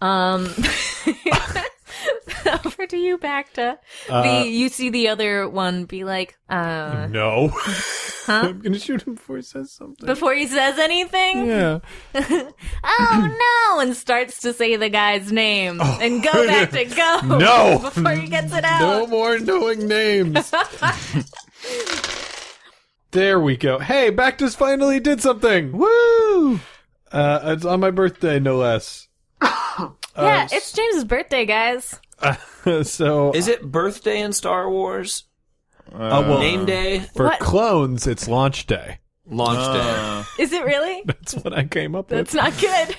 [SPEAKER 2] Um, over to you, Bacta.
[SPEAKER 3] Uh,
[SPEAKER 2] the you see the other one be like,
[SPEAKER 3] Mm.
[SPEAKER 2] uh,
[SPEAKER 3] No. I'm gonna shoot him before he says something.
[SPEAKER 2] before he says anything.
[SPEAKER 3] yeah.
[SPEAKER 2] oh no, and starts to say the guy's name and go back to go
[SPEAKER 3] Oh, No.
[SPEAKER 2] before he gets it out.
[SPEAKER 3] No more knowing names. there we go. Hey, Bactus finally did something. Woo! Uh, it's on my birthday, no less.
[SPEAKER 2] Yeah,
[SPEAKER 3] Oh,
[SPEAKER 2] it's James's birthday, guys.
[SPEAKER 3] so
[SPEAKER 5] Is it birthday in Star Wars?
[SPEAKER 3] uh, well,
[SPEAKER 5] Name day,
[SPEAKER 3] for
[SPEAKER 2] What?
[SPEAKER 3] clones, it's launch day.
[SPEAKER 5] launch Ah.
[SPEAKER 2] Is it really?
[SPEAKER 3] That's what I came up
[SPEAKER 2] That's not good.
[SPEAKER 5] day.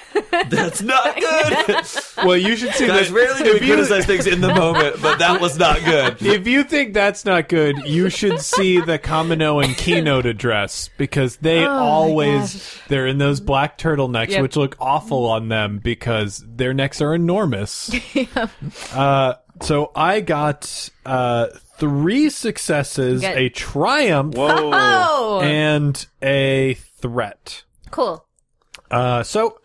[SPEAKER 5] That's not good.
[SPEAKER 3] with. Well, you should see
[SPEAKER 5] Guys,
[SPEAKER 3] that.
[SPEAKER 5] rarely do we criticize things in the moment, but that was not good.
[SPEAKER 3] If you think that's not good, you should see the Kamino and keynote address because they always they're in those black turtlenecks,
[SPEAKER 2] Yep.
[SPEAKER 3] which look awful on them because their necks are enormous. uh, so I got uh, three successes,
[SPEAKER 2] got-
[SPEAKER 3] a triumph,
[SPEAKER 6] Whoa.
[SPEAKER 2] Oh,
[SPEAKER 3] and a threat.
[SPEAKER 2] cool.
[SPEAKER 3] Uh, so,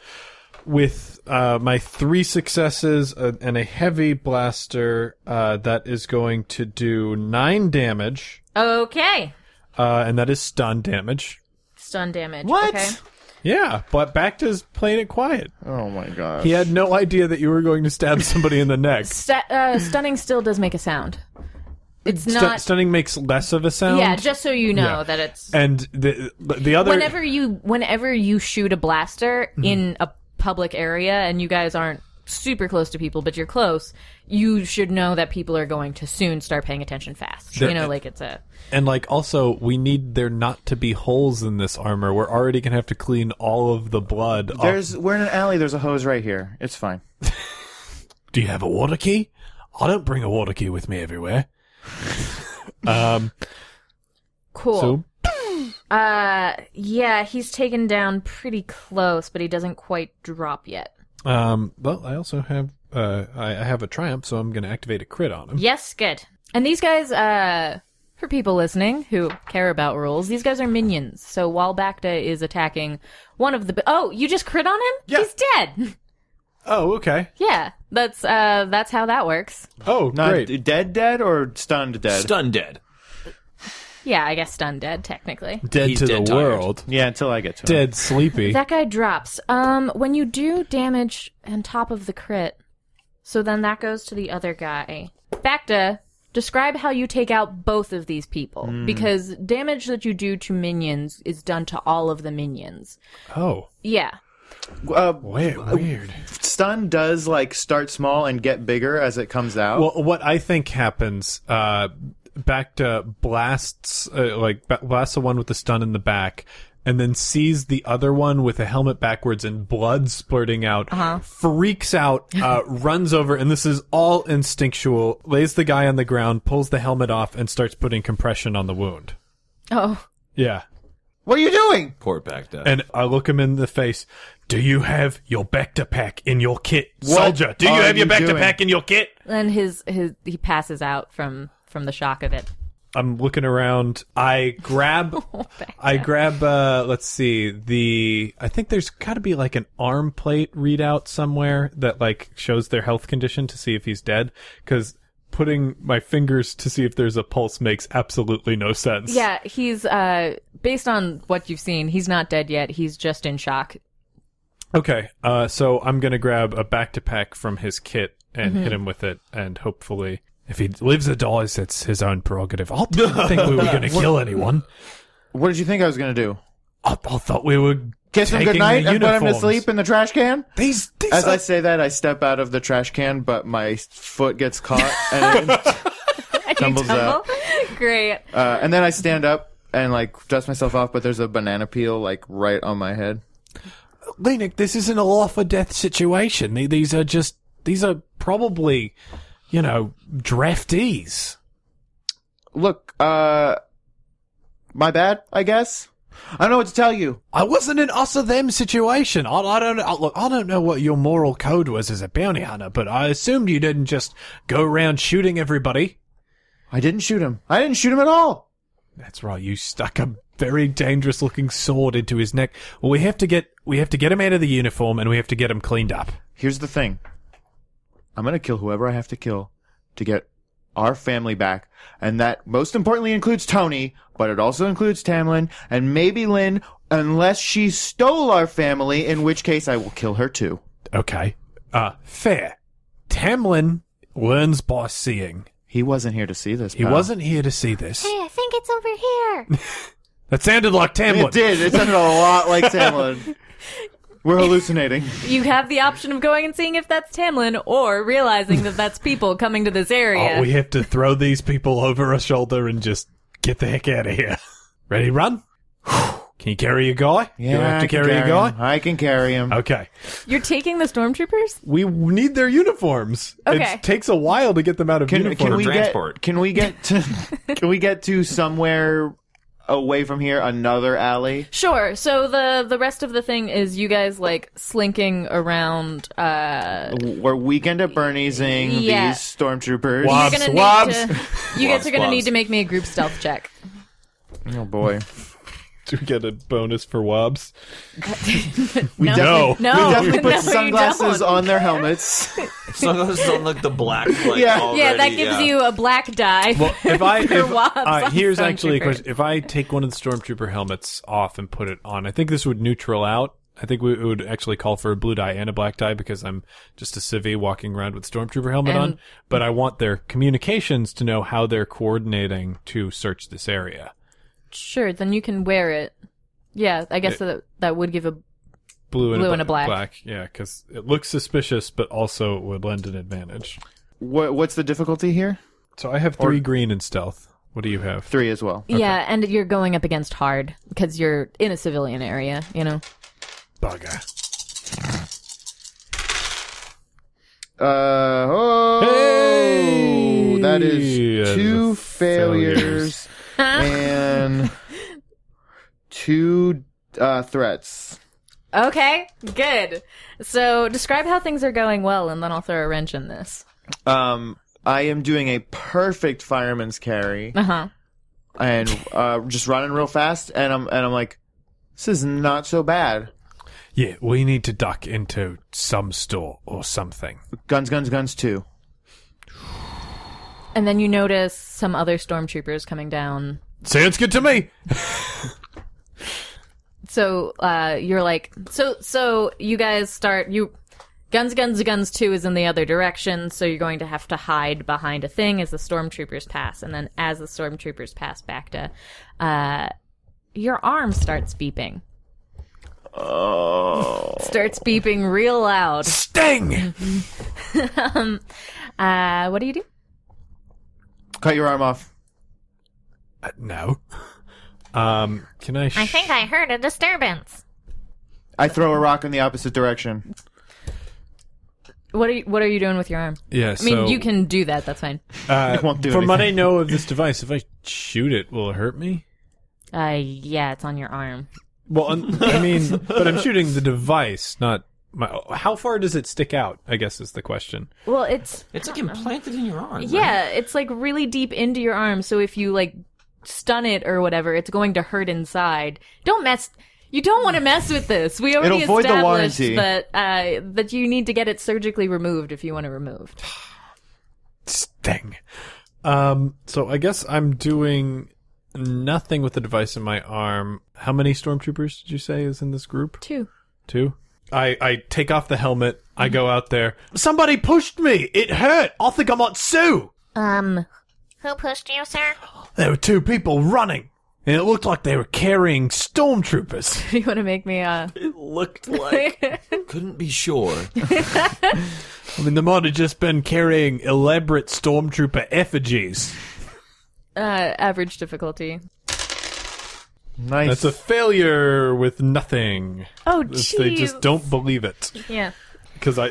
[SPEAKER 3] with uh, my three successes uh, and a heavy blaster, uh, that is going to do nine damage,
[SPEAKER 2] Okay,
[SPEAKER 3] uh, and that is stun damage.
[SPEAKER 2] stun damage.
[SPEAKER 6] What?
[SPEAKER 2] Okay.
[SPEAKER 3] Yeah, but back to his playing it quiet.
[SPEAKER 6] oh my gosh.
[SPEAKER 3] He had no idea that you were going to stab somebody in the neck. Stu-
[SPEAKER 2] St- uh, stunning still does make a sound. It's not.
[SPEAKER 3] stunning makes less of a sound.
[SPEAKER 2] yeah, just so you know
[SPEAKER 3] Yeah.
[SPEAKER 2] that it's
[SPEAKER 3] and the the other Mm-hmm.
[SPEAKER 2] whenever you whenever you shoot a blaster in a public area and you guys aren't super close to people, but you're close, you should know that people are going to soon start paying attention fast.
[SPEAKER 3] Sure.
[SPEAKER 2] You know, like it's a
[SPEAKER 3] And like also we need there not to be holes in this armor. We're already gonna have to clean all of the blood off-
[SPEAKER 6] There's we're in an alley. There's a hose right here. It's fine.
[SPEAKER 11] Do you have a water key? I don't bring a water key with me everywhere.
[SPEAKER 3] um
[SPEAKER 2] cool.
[SPEAKER 3] so
[SPEAKER 2] Uh, yeah, he's taken down pretty close, but he doesn't quite drop yet.
[SPEAKER 3] um well I also have uh I, I have a triumph, so I'm gonna activate a crit on him.
[SPEAKER 2] Yes, good. And these guys, uh, for people listening who care about rules, these guys are minions. So while Bacta is attacking one of the, oh, you just crit on him?
[SPEAKER 3] Yeah.
[SPEAKER 2] He's dead.
[SPEAKER 3] Oh, okay.
[SPEAKER 2] yeah, that's uh, that's how that works.
[SPEAKER 3] Oh
[SPEAKER 6] Not
[SPEAKER 3] great.
[SPEAKER 6] dead, dead or stunned, dead.
[SPEAKER 5] Stun dead.
[SPEAKER 2] Yeah, I guess stun dead technically.
[SPEAKER 3] dead
[SPEAKER 5] He's
[SPEAKER 3] to
[SPEAKER 5] dead
[SPEAKER 3] the
[SPEAKER 5] tired.
[SPEAKER 3] world.
[SPEAKER 6] yeah, until I get to him.
[SPEAKER 3] Dead sleepy.
[SPEAKER 2] That guy drops. Um, when you do damage on top of the crit, so then that goes to the other guy. Bacta, describe how you take out both of these people because damage that you do to minions is done to all of the minions.
[SPEAKER 3] oh.
[SPEAKER 2] Yeah.
[SPEAKER 6] Uh,
[SPEAKER 3] Weird weird.
[SPEAKER 6] stun does like start small and get bigger as it comes out.
[SPEAKER 3] Well, what I think happens, uh, Bacta blasts, uh, like, ba- blasts the one with the stun in the back, and then sees the other one with a helmet backwards and blood splurting out, freaks out, uh, runs over, and this is all instinctual, lays the guy on the ground, pulls the helmet off, and starts putting compression on the wound.
[SPEAKER 2] Oh.
[SPEAKER 3] Yeah.
[SPEAKER 6] what are you doing?
[SPEAKER 5] Poor Baghdad.
[SPEAKER 3] And I look him in the face. Do you have your Bacta pack in your kit,
[SPEAKER 6] What
[SPEAKER 3] soldier? Do you
[SPEAKER 6] are
[SPEAKER 3] have your
[SPEAKER 6] you
[SPEAKER 3] Bacta
[SPEAKER 6] doing?
[SPEAKER 3] pack in your kit?
[SPEAKER 2] Then his his he passes out from from the shock of it.
[SPEAKER 3] I'm looking around. I grab, I grab. Uh, let's see. The I think there's got to be like an arm plate readout somewhere that like shows their health condition to see if he's dead. Because putting my fingers to see if there's a pulse makes absolutely no sense.
[SPEAKER 2] Yeah, he's uh based on what you've seen, he's not dead yet. He's just in shock.
[SPEAKER 3] Okay. Uh, so I'm gonna grab a back to pack from his kit and hit him with it, and hopefully. If he lives or dies, that's his own prerogative. I didn't think we were going to kill anyone.
[SPEAKER 6] What did you think I was gonna do?
[SPEAKER 3] I, I thought we were
[SPEAKER 6] Kiss him
[SPEAKER 3] taking
[SPEAKER 6] goodnight
[SPEAKER 3] the
[SPEAKER 6] and put him to
[SPEAKER 3] uniforms.
[SPEAKER 6] sleep in the trash can?
[SPEAKER 3] These, these
[SPEAKER 6] As
[SPEAKER 3] are-
[SPEAKER 6] I say that, I step out of the trash can, but my foot gets caught, and, uh, Tumbles out.
[SPEAKER 2] Great.
[SPEAKER 6] and then I stand up and like dust myself off. But there's a banana peel like right on my head.
[SPEAKER 11] Lenik, this isn't a life or death situation. The- These are just these are probably, you know, draftees.
[SPEAKER 6] Look, uh, my bad, I guess. I don't know what to tell you.
[SPEAKER 11] I wasn't an us or them situation. I, I don't I, look. I don't know what your moral code was as a bounty hunter, but I assumed you didn't just go around shooting everybody.
[SPEAKER 6] I didn't shoot him. I didn't shoot him at all.
[SPEAKER 11] That's right. You stuck a very dangerous-looking sword into his neck. Well, we have to get we have to get him out of the uniform, and we have to get him cleaned up.
[SPEAKER 6] Here's the thing. I'm gonna kill whoever I have to kill to get our family back, and that most importantly includes Tony, but it also includes Tamlin and maybe Lynn, unless she stole our family, in which case I will kill her too.
[SPEAKER 11] Okay. Uh, fair. Tamlin learns by seeing.
[SPEAKER 6] He wasn't here to see this.
[SPEAKER 11] He
[SPEAKER 6] pal.
[SPEAKER 11] wasn't here to see this.
[SPEAKER 9] Hey, I think it's over here.
[SPEAKER 11] That sounded like Tamlin.
[SPEAKER 6] It did. It sounded a lot like Tamlin. We're hallucinating.
[SPEAKER 2] You have the option of going and seeing if that's Tamlin or realizing that that's people coming to this area.
[SPEAKER 11] Oh, we have to throw these people over a shoulder and just get the heck out of here. Ready, run? Can you carry your guy? you have to
[SPEAKER 6] I can
[SPEAKER 11] carry, your guy?
[SPEAKER 6] him. I can carry him.
[SPEAKER 11] Okay.
[SPEAKER 2] You're taking the stormtroopers?
[SPEAKER 3] We need their uniforms.
[SPEAKER 2] Okay.
[SPEAKER 3] It takes a while to get them out of
[SPEAKER 6] Can,
[SPEAKER 3] uniform.
[SPEAKER 6] can we
[SPEAKER 5] transport.
[SPEAKER 6] get? Can we get to? can we get to somewhere away from here? Another alley?
[SPEAKER 2] Sure. So the the rest of the thing is you guys like slinking around uh
[SPEAKER 6] We're weekend at Bernie's ing
[SPEAKER 2] Yeah.
[SPEAKER 6] these stormtroopers.
[SPEAKER 3] Wow.
[SPEAKER 2] you're gonna need
[SPEAKER 3] Swabs.
[SPEAKER 2] to- you guys
[SPEAKER 5] Swabs,
[SPEAKER 2] are going to need
[SPEAKER 5] swabs.
[SPEAKER 2] to make me a group stealth check.
[SPEAKER 6] Oh boy.
[SPEAKER 3] to get a bonus for Wobbs?
[SPEAKER 2] No. No.
[SPEAKER 6] We definitely, we definitely
[SPEAKER 2] Oh, No,
[SPEAKER 6] put
[SPEAKER 2] you
[SPEAKER 6] sunglasses
[SPEAKER 2] don't.
[SPEAKER 6] on their helmets.
[SPEAKER 5] Some of us on like the black. Like,
[SPEAKER 6] Yeah.
[SPEAKER 5] already,
[SPEAKER 2] yeah, that gives you a black die.
[SPEAKER 11] Well,
[SPEAKER 3] If I if,
[SPEAKER 2] For Wobbs
[SPEAKER 3] uh,
[SPEAKER 2] on
[SPEAKER 3] here's actually a
[SPEAKER 2] stormtroopers.
[SPEAKER 3] question. If I take one of the stormtrooper helmets off and put it on, I think this would neutral out. I think we, it would actually call for a blue die and a black die because I'm just a civvy walking around with stormtrooper helmet on.
[SPEAKER 2] And-
[SPEAKER 3] But I want their communications to know how they're coordinating to search this area.
[SPEAKER 2] Sure, then you can wear it. Yeah, I guess that that would give a
[SPEAKER 3] blue and
[SPEAKER 2] Blue
[SPEAKER 3] a,
[SPEAKER 2] and a black.
[SPEAKER 3] Yeah, because it looks suspicious, but also would lend an advantage.
[SPEAKER 6] What, what's the difficulty here?
[SPEAKER 3] So I have three green in stealth. What do you have?
[SPEAKER 6] Three as well.
[SPEAKER 2] Yeah, and you're going up against hard because you're in a civilian area, you know?
[SPEAKER 3] Bugger.
[SPEAKER 6] Uh, oh,
[SPEAKER 3] Hey!
[SPEAKER 6] that is two
[SPEAKER 3] The failures.
[SPEAKER 6] failures and two uh, threats.
[SPEAKER 2] Okay, good. So describe how things are going well, and then I'll throw a wrench in this.
[SPEAKER 6] Um, I am doing a perfect fireman's carry
[SPEAKER 2] Uh huh.
[SPEAKER 6] and uh, just running real fast, and I'm and I'm like, this is not so bad.
[SPEAKER 3] Yeah, we need to duck into some store or something.
[SPEAKER 6] Guns, guns, guns, two.
[SPEAKER 2] And then you notice some other stormtroopers coming down.
[SPEAKER 3] Sounds good to me.
[SPEAKER 2] So uh, you're like, so so you guys start you. Guns, guns, guns. Two is in the other direction, so you're going to have to hide behind a thing as the stormtroopers pass, and then as the stormtroopers pass back to, uh, your arm starts beeping. Oh! starts beeping real loud.
[SPEAKER 3] Sting.
[SPEAKER 2] Uh, what do you do?
[SPEAKER 6] Cut your arm off.
[SPEAKER 3] Uh, no. Um, can I? Sh-
[SPEAKER 9] I think I heard a disturbance.
[SPEAKER 6] I throw a rock in the opposite direction.
[SPEAKER 2] What are you, what are you doing with your arm?
[SPEAKER 3] yeah.
[SPEAKER 2] I mean,
[SPEAKER 3] so,
[SPEAKER 2] you can do that. That's fine.
[SPEAKER 3] Uh,
[SPEAKER 6] It won't do
[SPEAKER 3] from what I
[SPEAKER 6] anything.
[SPEAKER 3] know of this device, if I shoot it, will it hurt me?
[SPEAKER 2] Uh, yeah, it's on your arm.
[SPEAKER 3] Well, un- I mean, but I'm shooting the device, not my. How far does it stick out? I guess is the question.
[SPEAKER 2] Well, it's
[SPEAKER 5] It's like implanted in your arm. right?
[SPEAKER 2] yeah, it's like really deep into your arm. So if you like stun it or whatever, it's going to hurt inside. Don't mess. You don't want to mess with this. We already
[SPEAKER 6] It'll void the
[SPEAKER 2] established
[SPEAKER 6] warranty.
[SPEAKER 2] that uh, that you need to get it surgically removed if you want it removed.
[SPEAKER 3] Sting. Um. So I guess I'm doing nothing with the device in my arm. How many stormtroopers did you say is in this group?
[SPEAKER 2] Two.
[SPEAKER 3] Two. I, I take off the helmet. I go out there. Somebody pushed me. It hurt. I think I might sue.
[SPEAKER 2] Um.
[SPEAKER 9] Who pushed you, sir?
[SPEAKER 3] There were two people running, and it looked like they were carrying stormtroopers.
[SPEAKER 2] Do you want to make me uh?
[SPEAKER 5] It looked like. couldn't be sure.
[SPEAKER 3] I mean, they might have just been carrying elaborate stormtrooper effigies.
[SPEAKER 2] uh average difficulty?
[SPEAKER 6] Nice.
[SPEAKER 3] That's a failure with nothing.
[SPEAKER 2] Oh,
[SPEAKER 3] It's-
[SPEAKER 2] jeez.
[SPEAKER 3] They just don't believe it
[SPEAKER 2] Yeah.
[SPEAKER 3] because I.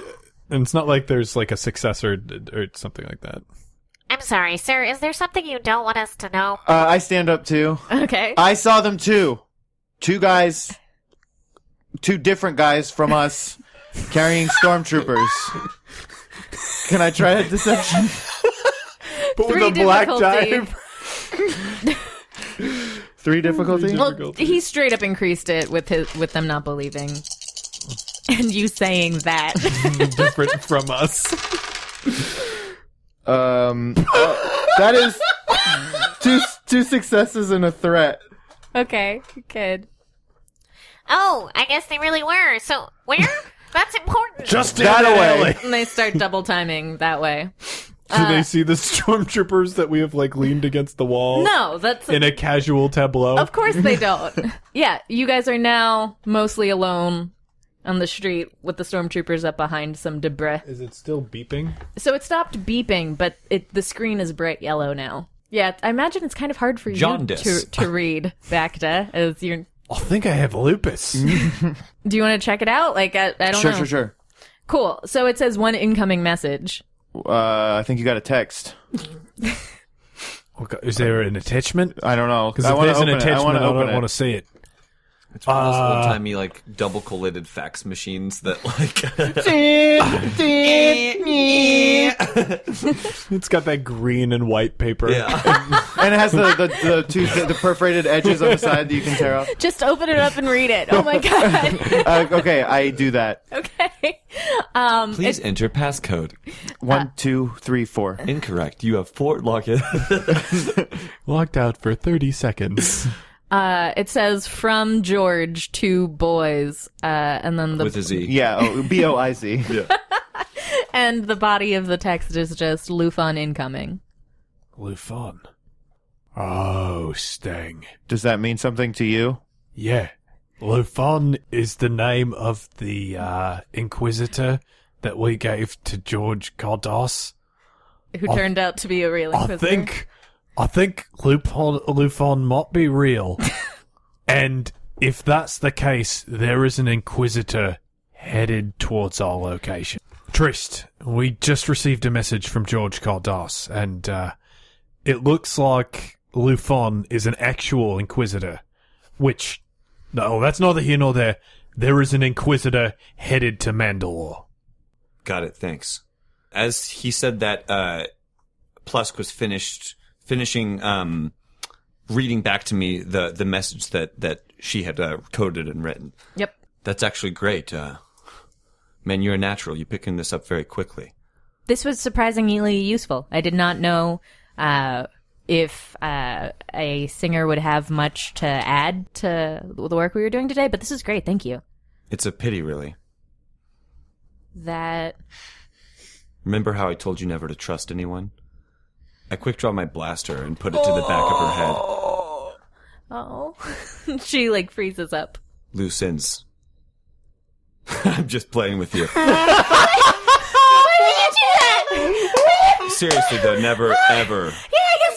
[SPEAKER 3] And it's not like there's like a successor d- or something like that.
[SPEAKER 9] I'm sorry, sir. Is there something you don't want us to know?
[SPEAKER 6] uh, I stand up too.
[SPEAKER 2] Okay.
[SPEAKER 6] I saw them too. Two guys, two different guys from us, carrying stormtroopers. Can I try a deception?
[SPEAKER 3] But
[SPEAKER 2] Three difficulty.
[SPEAKER 6] Three difficulty.
[SPEAKER 2] Well, he straight up increased it with his with them not believing, and you saying that.
[SPEAKER 3] different from us.
[SPEAKER 6] Um, uh, that is two two successes and a threat.
[SPEAKER 2] okay, good.
[SPEAKER 9] Oh, I guess they really were. So where? That's important.
[SPEAKER 3] Just
[SPEAKER 6] That
[SPEAKER 3] in
[SPEAKER 6] away.
[SPEAKER 3] alley.
[SPEAKER 2] And they start double timing that way.
[SPEAKER 3] Do
[SPEAKER 2] Uh,
[SPEAKER 3] they see the stormtroopers that we have like leaned against the wall?
[SPEAKER 2] No, that's
[SPEAKER 3] In a casual tableau.
[SPEAKER 2] of course they don't. yeah, you guys are now mostly alone on the street with the stormtroopers up behind some debris.
[SPEAKER 3] Is it still beeping?
[SPEAKER 2] So it stopped beeping, but it the screen is bright yellow now. Yeah, I imagine it's kind of hard for you
[SPEAKER 5] Jaundice.
[SPEAKER 2] to to read Bacta as you're.
[SPEAKER 3] I think I have lupus.
[SPEAKER 2] Do you want to check it out? Like I, I don't
[SPEAKER 6] Sure,
[SPEAKER 2] know.
[SPEAKER 6] sure, sure.
[SPEAKER 2] Cool. So it says one incoming message.
[SPEAKER 6] Uh, I think you got a text.
[SPEAKER 3] Okay, Is there an attachment?
[SPEAKER 6] I don't know.
[SPEAKER 3] Because
[SPEAKER 6] I
[SPEAKER 3] if
[SPEAKER 6] want
[SPEAKER 3] there's
[SPEAKER 6] to
[SPEAKER 3] an
[SPEAKER 6] open it. I
[SPEAKER 3] attachment,
[SPEAKER 6] want
[SPEAKER 3] I,
[SPEAKER 6] to open
[SPEAKER 3] don't want
[SPEAKER 6] it.
[SPEAKER 3] to see it.
[SPEAKER 5] It's one of those old timey, like, double collided fax machines that, like.
[SPEAKER 3] It's got that green and white paper.
[SPEAKER 5] yeah.
[SPEAKER 6] And it has the, the, the two the perforated edges on the side that you can tear off.
[SPEAKER 2] Just open it up and read it. Oh my god.
[SPEAKER 6] Uh, okay, I do that.
[SPEAKER 2] okay.
[SPEAKER 5] Please enter passcode.
[SPEAKER 6] One, two, three, four.
[SPEAKER 5] Incorrect. You have four. Lock it.
[SPEAKER 3] Locked out for 30 seconds.
[SPEAKER 2] Uh, it says from George to boys, uh, and then the
[SPEAKER 5] With a Z.
[SPEAKER 6] Yeah, oh, B O I Z.
[SPEAKER 2] and the body of the text is just Lufon incoming.
[SPEAKER 3] Lufon. Oh, Sting.
[SPEAKER 6] Does that mean something to you?
[SPEAKER 3] Yeah. Lufon is the name of the uh, Inquisitor that we gave to George Cardos.
[SPEAKER 2] Who
[SPEAKER 3] I-
[SPEAKER 2] turned out to be a real
[SPEAKER 3] I
[SPEAKER 2] inquisitor.
[SPEAKER 3] think, I think Lupon, Lufon might be real, and if that's the case, there is an Inquisitor headed towards our location. Trist, we just received a message from George Cardos, and uh, it looks like Lufon is an actual Inquisitor, which, no, that's neither here nor there. There is an Inquisitor headed to Mandalore.
[SPEAKER 5] Got it. Thanks. As he said that, uh, Plusk was finished finishing um, reading back to me the the message that that she had uh, coded and written.
[SPEAKER 2] Yep.
[SPEAKER 5] That's actually great. Uh, man, you're a natural. You're picking this up very quickly.
[SPEAKER 2] This was surprisingly useful. I did not know uh, if uh, a singer would have much to add to the work we were doing today, but this is great. Thank you.
[SPEAKER 5] It's a pity, really.
[SPEAKER 2] That
[SPEAKER 5] Remember how I told you never to trust anyone? I quick draw my blaster and put it to the back of her head.
[SPEAKER 2] oh, she like freezes up.
[SPEAKER 5] Loose ends. I'm just playing with you.
[SPEAKER 12] Why did you do that?
[SPEAKER 5] Seriously though, never ever,
[SPEAKER 12] yeah, I guess I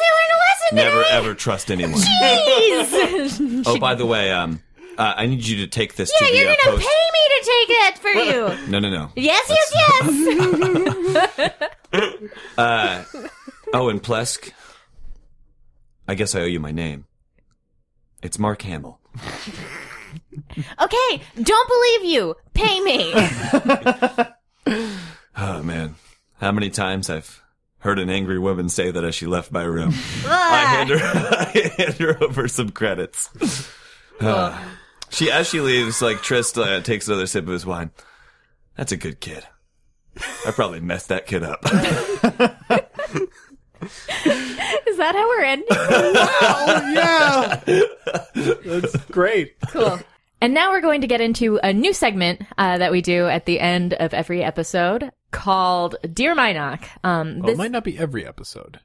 [SPEAKER 12] learned
[SPEAKER 5] never ever trust anyone.
[SPEAKER 12] a lesson. Jeez.
[SPEAKER 5] Oh, by the way, um, uh, I need you to take this
[SPEAKER 12] yeah,
[SPEAKER 5] to the
[SPEAKER 12] you're
[SPEAKER 5] uh,
[SPEAKER 12] gonna
[SPEAKER 5] post.
[SPEAKER 12] pay me to take that for you.
[SPEAKER 5] No, no, no.
[SPEAKER 12] yes, yes, yes.
[SPEAKER 5] Uh, oh, and Plesk, I guess I owe you my name. It's Mark Hamill.
[SPEAKER 12] okay, don't believe you. Pay me.
[SPEAKER 5] Oh man, how many times I've heard an angry woman say that as she left my room. I hand her, I hand her over some credits. Uh, she, as she leaves, like Trist uh, takes another sip of his wine. That's a good kid. I probably messed that kid up.
[SPEAKER 2] Is that how we're ending?
[SPEAKER 13] yeah, that's great.
[SPEAKER 2] Cool. And now we're going to get into a new segment uh, that we do at the end of every episode called Dear Minoc. Um,
[SPEAKER 13] Well,
[SPEAKER 2] this-
[SPEAKER 13] it might not be every episode.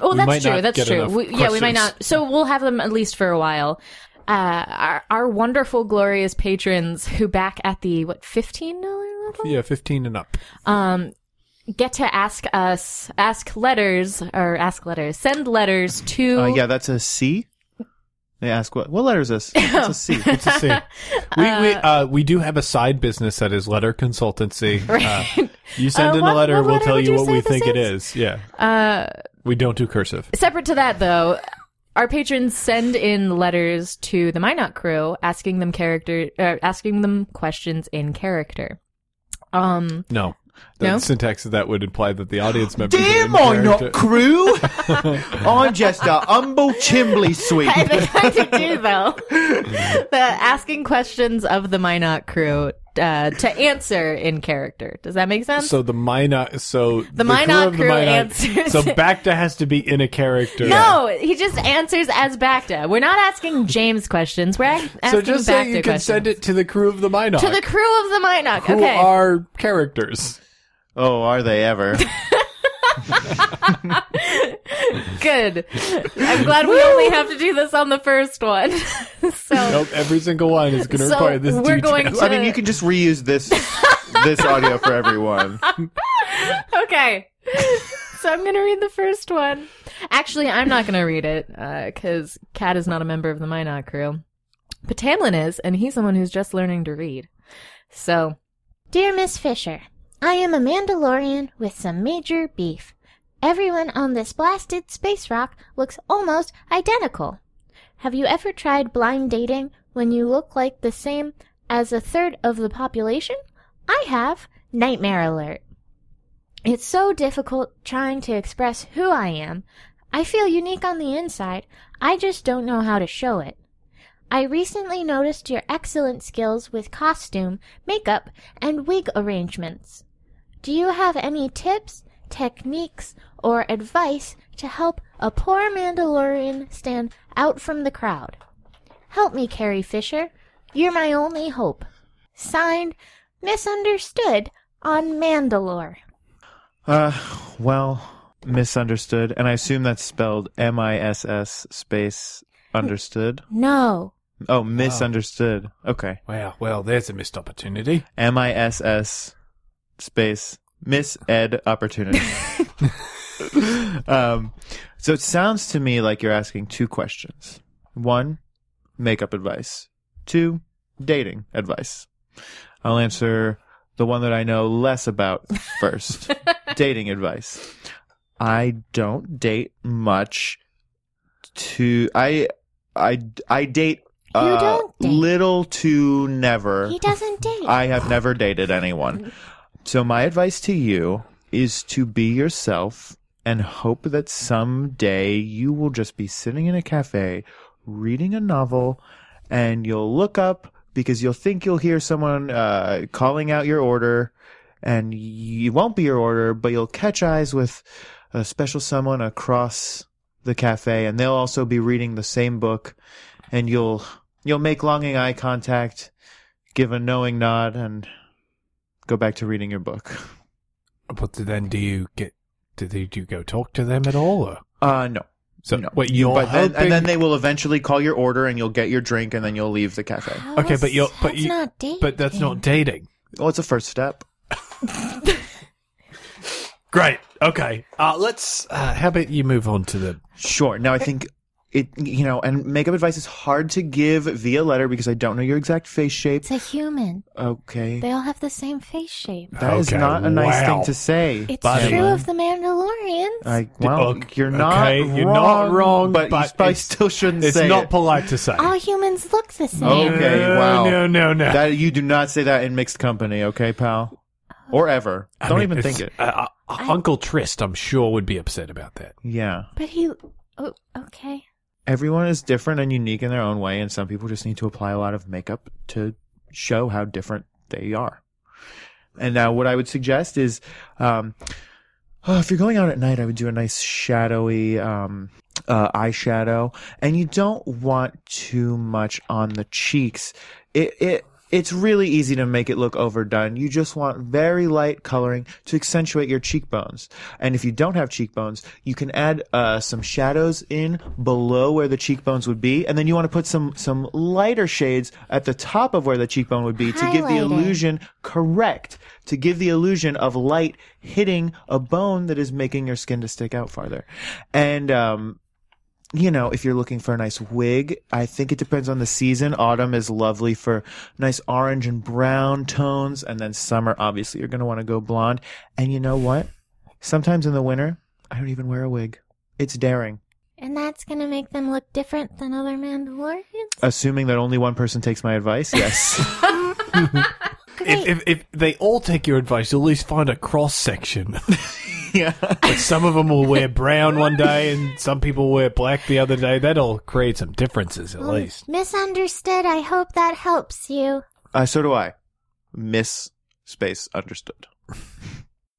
[SPEAKER 2] Oh,
[SPEAKER 13] We
[SPEAKER 2] that's
[SPEAKER 13] might
[SPEAKER 2] true.
[SPEAKER 13] not
[SPEAKER 2] That's
[SPEAKER 13] get
[SPEAKER 2] true.
[SPEAKER 13] enough
[SPEAKER 2] We, yeah, we might
[SPEAKER 13] questions.
[SPEAKER 2] not. So we'll have them at least for a while. Uh, our, our wonderful, glorious patrons who back at the what fifteen dollar level
[SPEAKER 13] Yeah, fifteen and up.
[SPEAKER 2] um, get to ask us ask letters or ask letters send letters to
[SPEAKER 6] Uh, yeah, that's a C. They ask what what letter is this? It's a C.
[SPEAKER 13] It's a C. we we uh, we do have a side business that is letter consultancy. Uh, you send
[SPEAKER 2] Uh,
[SPEAKER 13] in
[SPEAKER 2] what-
[SPEAKER 13] a letter,
[SPEAKER 2] what
[SPEAKER 13] we'll
[SPEAKER 2] letter
[SPEAKER 13] tell
[SPEAKER 2] would
[SPEAKER 13] you
[SPEAKER 2] you
[SPEAKER 13] what
[SPEAKER 2] say
[SPEAKER 13] we
[SPEAKER 2] this
[SPEAKER 13] think it
[SPEAKER 2] is?
[SPEAKER 13] is. Yeah,
[SPEAKER 2] uh,
[SPEAKER 13] we don't do cursive.
[SPEAKER 2] Separate to that, though, our patrons send in letters to the Minot crew asking them character, uh, asking them questions in character. Um,
[SPEAKER 13] No. The
[SPEAKER 2] No?
[SPEAKER 13] syntax of that would imply that the audience members. are in
[SPEAKER 6] Damn, I'm
[SPEAKER 13] character.
[SPEAKER 6] not crew. I'm just a humble chimbley sweep.
[SPEAKER 2] I've been trying to do though the asking questions of the Minot crew uh, to answer in character. Does that make sense?
[SPEAKER 13] So the Minot, so the,
[SPEAKER 2] Minot
[SPEAKER 13] crew, of the
[SPEAKER 2] crew
[SPEAKER 13] Minot-
[SPEAKER 2] answers
[SPEAKER 13] So
[SPEAKER 2] it.
[SPEAKER 13] Bacta has to be in a character.
[SPEAKER 2] no, he just answers as Bacta. We're not asking James questions. We're ac- asking
[SPEAKER 13] So just
[SPEAKER 2] Bacta
[SPEAKER 13] so you can
[SPEAKER 2] questions.
[SPEAKER 13] send it to the crew of the Minot,
[SPEAKER 2] to the crew of the Minot.
[SPEAKER 13] who
[SPEAKER 2] okay.
[SPEAKER 13] are characters.
[SPEAKER 6] Oh, are they ever?
[SPEAKER 2] Good. I'm glad we only have to do this on the first one. so
[SPEAKER 13] Nope, every single one is going to
[SPEAKER 2] So
[SPEAKER 13] require this
[SPEAKER 2] we're
[SPEAKER 13] detail.
[SPEAKER 2] going to-
[SPEAKER 6] I mean, you can just reuse this this audio for everyone.
[SPEAKER 2] okay. so I'm gonna read the first one. Actually, I'm not gonna read it because Kat is not a member of the Minot crew, but Tamlin is, and he's someone who's just learning to read. So
[SPEAKER 14] Dear Miss Fisher, I am a Mandalorian with some major beef. Everyone on this blasted space rock looks almost identical. Have you ever tried blind dating when you look like the same as a third of the population? I have. Nightmare alert. It's so difficult trying to express who I am. I feel unique on the inside. I just don't know how to show it. I recently noticed your excellent skills with costume, makeup, and wig arrangements. Do you have any tips, techniques, or advice to help a poor Mandalorian stand out from the crowd? Help me, Carrie Fisher. You're my only hope. Signed, Misunderstood on Mandalore.
[SPEAKER 6] Uh, well, misunderstood, and I assume that's spelled M I S S space understood.
[SPEAKER 14] No,
[SPEAKER 6] Oh, misunderstood. Okay.
[SPEAKER 15] Wow. Well, there's a missed opportunity.
[SPEAKER 6] M I S S space Miss Ed opportunity. um, so it sounds to me like you're asking two questions. One, makeup advice. Two, dating advice. I'll answer the one that I know less about first. dating advice. I don't date much to I I I date uh, little to never.
[SPEAKER 14] He doesn't date.
[SPEAKER 6] I have never dated anyone. So my advice to you is to be yourself and hope that someday you will just be sitting in a cafe reading a novel and you'll look up because you'll think you'll hear someone uh, calling out your order and you won't be your order but you'll catch eyes with a special someone across the cafe and they'll also be reading the same book and you'll you'll make longing eye contact give a knowing nod and go back to reading your book
[SPEAKER 15] But then, do you get? Do, they, do you go talk to them at all? Or?
[SPEAKER 6] Uh, no.
[SPEAKER 15] So, wait, you're
[SPEAKER 6] but then,
[SPEAKER 15] hoping-
[SPEAKER 6] and then they will eventually call your order and you'll get your drink and then you'll leave the cafe
[SPEAKER 15] Okay, but you're but you but that's not dating.
[SPEAKER 6] well it's a first step
[SPEAKER 15] Great. Okay. Uh, let's. Uh, how about you move on to the?
[SPEAKER 6] Sure. Now I think it you know, and makeup advice is hard to give via letter because I don't know your exact face shape.
[SPEAKER 14] It's a human.
[SPEAKER 6] Okay.
[SPEAKER 14] They all have the same face shape.
[SPEAKER 6] That is not a nice
[SPEAKER 15] wow.
[SPEAKER 6] thing to say.
[SPEAKER 14] It's true of the Mandalorians.
[SPEAKER 6] I, well,
[SPEAKER 15] Okay,
[SPEAKER 6] you're not
[SPEAKER 15] uh, okay,
[SPEAKER 6] wrong,
[SPEAKER 15] you're not wrong,
[SPEAKER 6] but,
[SPEAKER 15] but
[SPEAKER 6] you probably
[SPEAKER 15] it's-
[SPEAKER 6] still shouldn't
[SPEAKER 15] It's
[SPEAKER 6] say
[SPEAKER 15] not
[SPEAKER 6] it.
[SPEAKER 15] polite to say.
[SPEAKER 14] All humans look the same.
[SPEAKER 6] Okay, wow.
[SPEAKER 15] no, no, no.
[SPEAKER 6] That you do not say that in mixed company, okay, pal? Or ever.
[SPEAKER 15] I
[SPEAKER 6] don't
[SPEAKER 15] mean,
[SPEAKER 6] even
[SPEAKER 15] it's-
[SPEAKER 6] think it.
[SPEAKER 15] Uh, uh, Uncle Trist, I'm sure, would be upset about that.
[SPEAKER 6] Yeah.
[SPEAKER 14] But he. Oh, okay.
[SPEAKER 6] everyone is different and unique in their own way, and some people just need to apply a lot of makeup to show how different they are. And now, what I would suggest is, um, oh, if you're going out at night, I would do a nice shadowy um, uh, eyeshadow, and you don't want too much on the cheeks. It it. It's really easy to make it look overdone. You just want very light coloring to accentuate your cheekbones. And if you don't have cheekbones, you can add uh, some shadows in below where the cheekbones would be, and then you want to put some some lighter shades at the top of where the cheekbone would be to give the
[SPEAKER 14] Highlighting.
[SPEAKER 6] illusion correct to give the illusion of light hitting a bone that is making your skin to stick out farther. And um, you know, if you're looking for a nice wig, I think it depends on the season. Autumn is lovely for nice orange and brown tones. And then summer, obviously, you're going to want to go blonde. And you know what? Sometimes in the winter, I don't even wear a wig. It's daring,
[SPEAKER 14] And that's gonna make them look different than other Mandalorians.
[SPEAKER 6] assuming that only one person takes my advice. Yes.
[SPEAKER 15] If, if, if they all take your advice, you'll at least find a cross section.
[SPEAKER 6] yeah.
[SPEAKER 15] Like some of them will wear brown one day, and some people wear black the other day. That'll create some differences, at least.
[SPEAKER 14] Um, Misunderstood. I hope that helps you.
[SPEAKER 6] uh, so do I. Miss space understood.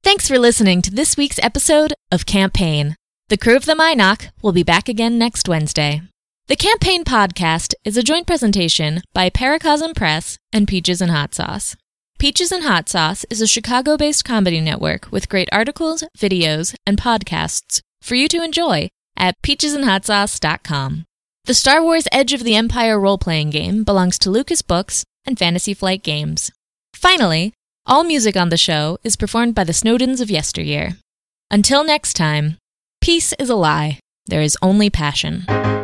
[SPEAKER 1] Thanks for listening to this week's episode of Campaign. The crew of the Minoc will be back again next Wednesday. The Campaign podcast is a joint presentation by Paracosm Press and Peaches and Hot Sauce. Peaches and Hot Sauce is a Chicago based comedy network with great articles, videos, and podcasts for you to enjoy at peachesandhotsauce.com. The Star Wars Edge of the Empire role playing game belongs to Lucas Books and Fantasy Flight Games. Finally, all music on the show is performed by the Snowdens of yesteryear. Until next time, peace is a lie. There is only passion.